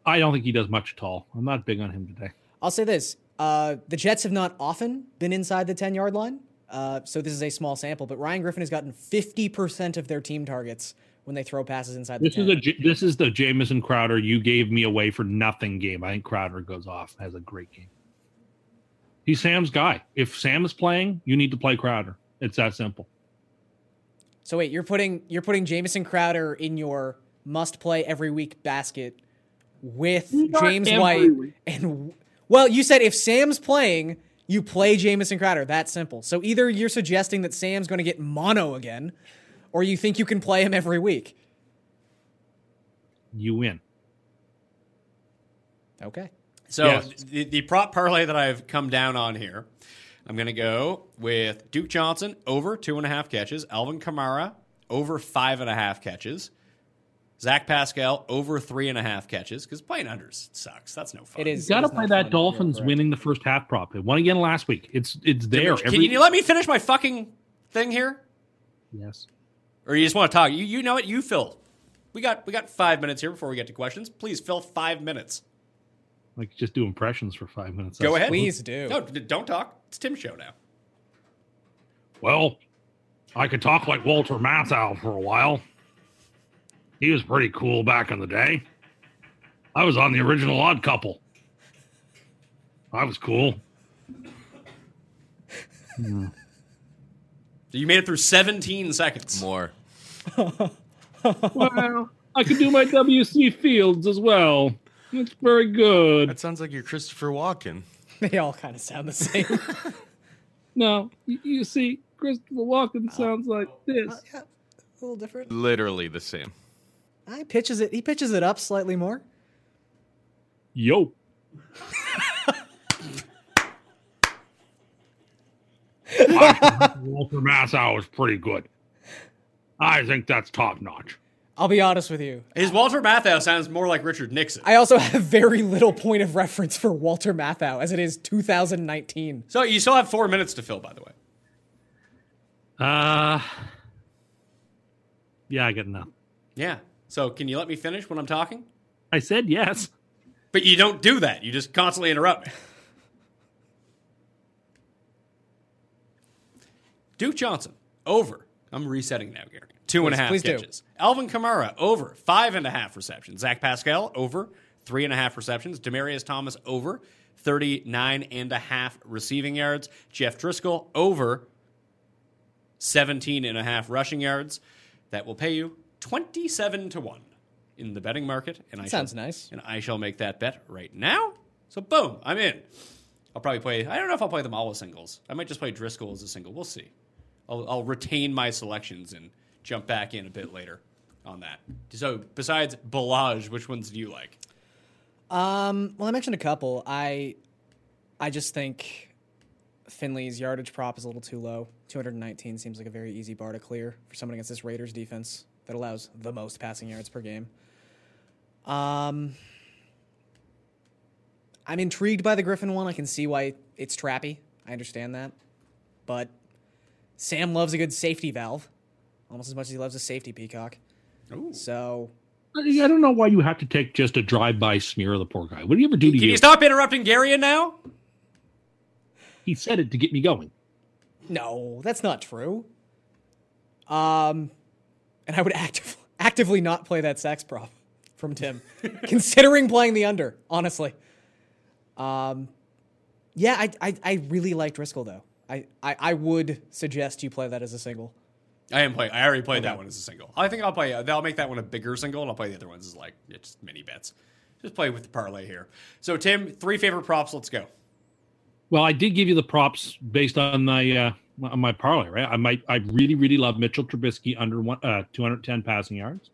S5: I don't think he does much at all. I'm not big on him today.
S3: I'll say this: uh, the Jets have not often been inside the ten-yard line, uh, so this is a small sample. But Ryan Griffin has gotten fifty percent of their team targets when they throw passes inside the
S5: This is
S3: 10.
S5: a J- this is the Jamison Crowder you gave me away for nothing game. I think Crowder goes off has a great game. He's Sam's guy. If Sam is playing, you need to play Crowder. It's that simple.
S3: so wait, you're putting you're putting Jamison Crowder in your must-play every week basket with
S5: Not
S3: James
S5: every
S3: White
S5: week.
S3: and well, you said if Sam's playing, you play Jamison Crowder. That simple. So either you're suggesting that Sam's going to get mono again, or you think you can play him every week.
S5: You win.
S3: Okay.
S2: So
S5: Yes.
S2: the, the prop parlay that I've come down on here, I'm going to go with Duke Johnson over two and a half catches, Alvin Kamara over five and a half catches, Zach Pascal over three and a half catches because playing unders sucks. That's no fun.
S3: It is.
S5: You got to
S3: it is
S5: play
S3: not
S5: that
S3: fun. You're
S5: Dolphins
S3: correct.
S5: winning the first half prop. It won again last week. It's it's there.
S2: Can
S5: Every,
S2: you let me finish my fucking thing here,
S5: yes.
S2: or you just want to talk? You you know it. You fill. We got we got five minutes here before we get to questions. Please fill five minutes.
S5: Like just do impressions for five minutes.
S2: Go ahead.
S3: Please do.
S2: No, d- don't talk. It's Tim's show now.
S5: Well, I could talk like Walter Matthau for a while. He was pretty cool back in the day. I was on the original Odd Couple. I was cool.
S2: You made it through 17 seconds.
S4: More.
S5: Well, I could do my WC Fields as well. That's very good.
S4: That sounds like you're Christopher Walken.
S3: They all kind of sound the same.
S5: No, you, you see, Christopher Walken sounds like this.
S3: yeah, a little different.
S4: Literally the same.
S3: I pitches it. He pitches it up slightly more.
S5: Yo. Walter Massau is pretty good. I think that's top notch.
S3: I'll be honest with you.
S2: His Walter Matthau sounds more like Richard Nixon.
S3: I also have very little point of reference for Walter Matthau, as it is 2019.
S2: So you still have four minutes to fill, by the way.
S5: Uh, yeah, I get enough.
S2: Yeah. So can you let me finish when I'm talking?
S5: I said yes.
S2: But you don't do that. You just constantly interrupt me. Duke Johnson, over. I'm resetting now, Gary. Two and a half
S3: please do.
S2: catches. Alvin Kamara, over. Five and a half receptions. Zach Pascal, over. Three and a half receptions. Demarius Thomas, over. 39 and a half receiving yards. Jeff Driscoll, over. 17 and a half rushing yards. That will pay you 27 to 1 in the betting market. And I
S3: Sounds
S2: shall-
S3: nice.
S2: and I shall make that bet right now. So boom, I'm in. I'll probably play. I don't know if I'll play them all as singles. I might just play Driscoll as a single. We'll see. I'll, I'll retain my selections and jump back in a bit later on that. So besides Balaj, which ones do you like?
S3: Um, well, I mentioned a couple. I, I just think Finley's yardage prop is a little too low. 219 seems like a very easy bar to clear for someone against this Raiders defense that allows the most passing yards per game. Um, I'm intrigued by the Griffin one. I can see why it's trappy. I understand that, but Sam loves a good safety valve almost as much as he loves a safety peacock. So
S5: I don't know why you have to take just a drive-by smear of the poor guy. What do you ever do to
S2: Can
S5: you?
S2: you stop interrupting Gary now?
S5: He said it to get me going.
S3: No, that's not true. Um, and I would active, actively not play that sax prop from Tim, considering playing the under, honestly. Um, yeah, I, I, I really like Driscoll, though. I, I, I would suggest you play that as a single.
S2: I am playing. I already played that one as a single. I think I'll play. uh, I'll make that one a bigger single, and I'll play the other ones as like it's mini bets. Just play with the parlay here. So Tim, three favorite props. Let's go.
S5: Well, I did give you the props based on my uh, on my parlay, right? I might I really really love Mitchell Trubisky under one, uh, 210 passing yards.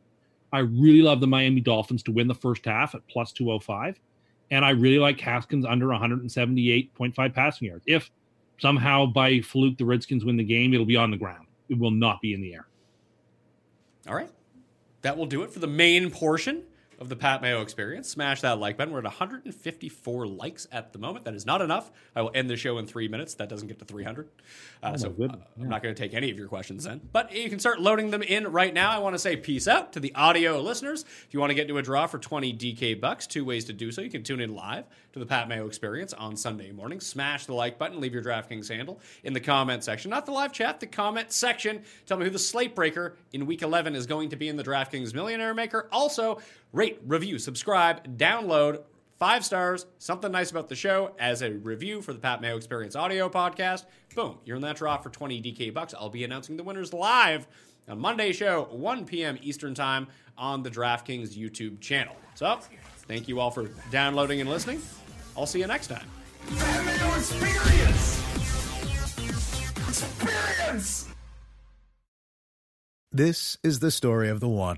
S5: I really love the Miami Dolphins to win the first half at plus 205, and I really like Haskins under 178.5 passing yards. If somehow by fluke the Redskins win the game, it'll be on the ground. It will not be in the air.
S2: All right. That will do it for the main portion of the Pat Mayo experience. Smash that like button. We're at 154 likes at the moment. That is not enough. I will end the show in three minutes. That doesn't get to 300. Uh, so uh, I'm not going to take any of your questions then. But you can start loading them in right now. I want to say peace out to the audio listeners. If you want to get into a draw for 20 DK bucks, two ways to do so. You can tune in live to the Pat Mayo experience on Sunday morning. Smash the like button. Leave your DraftKings handle in the comment section. Not the live chat, the comment section. Tell me who the slate breaker in week 11 is going to be in the DraftKings Millionaire Maker. Also, rate, review, subscribe, download. Five stars, something nice about the show as a review for the Pat Mayo Experience audio podcast. Boom, you're in that draw for 20 DK bucks. I'll be announcing the winners live on Monday show, 1 p.m. Eastern Time on the DraftKings YouTube channel. So, thank you all for downloading and listening. I'll see you next time.
S1: Experience! Experience!
S6: This is the story of the one.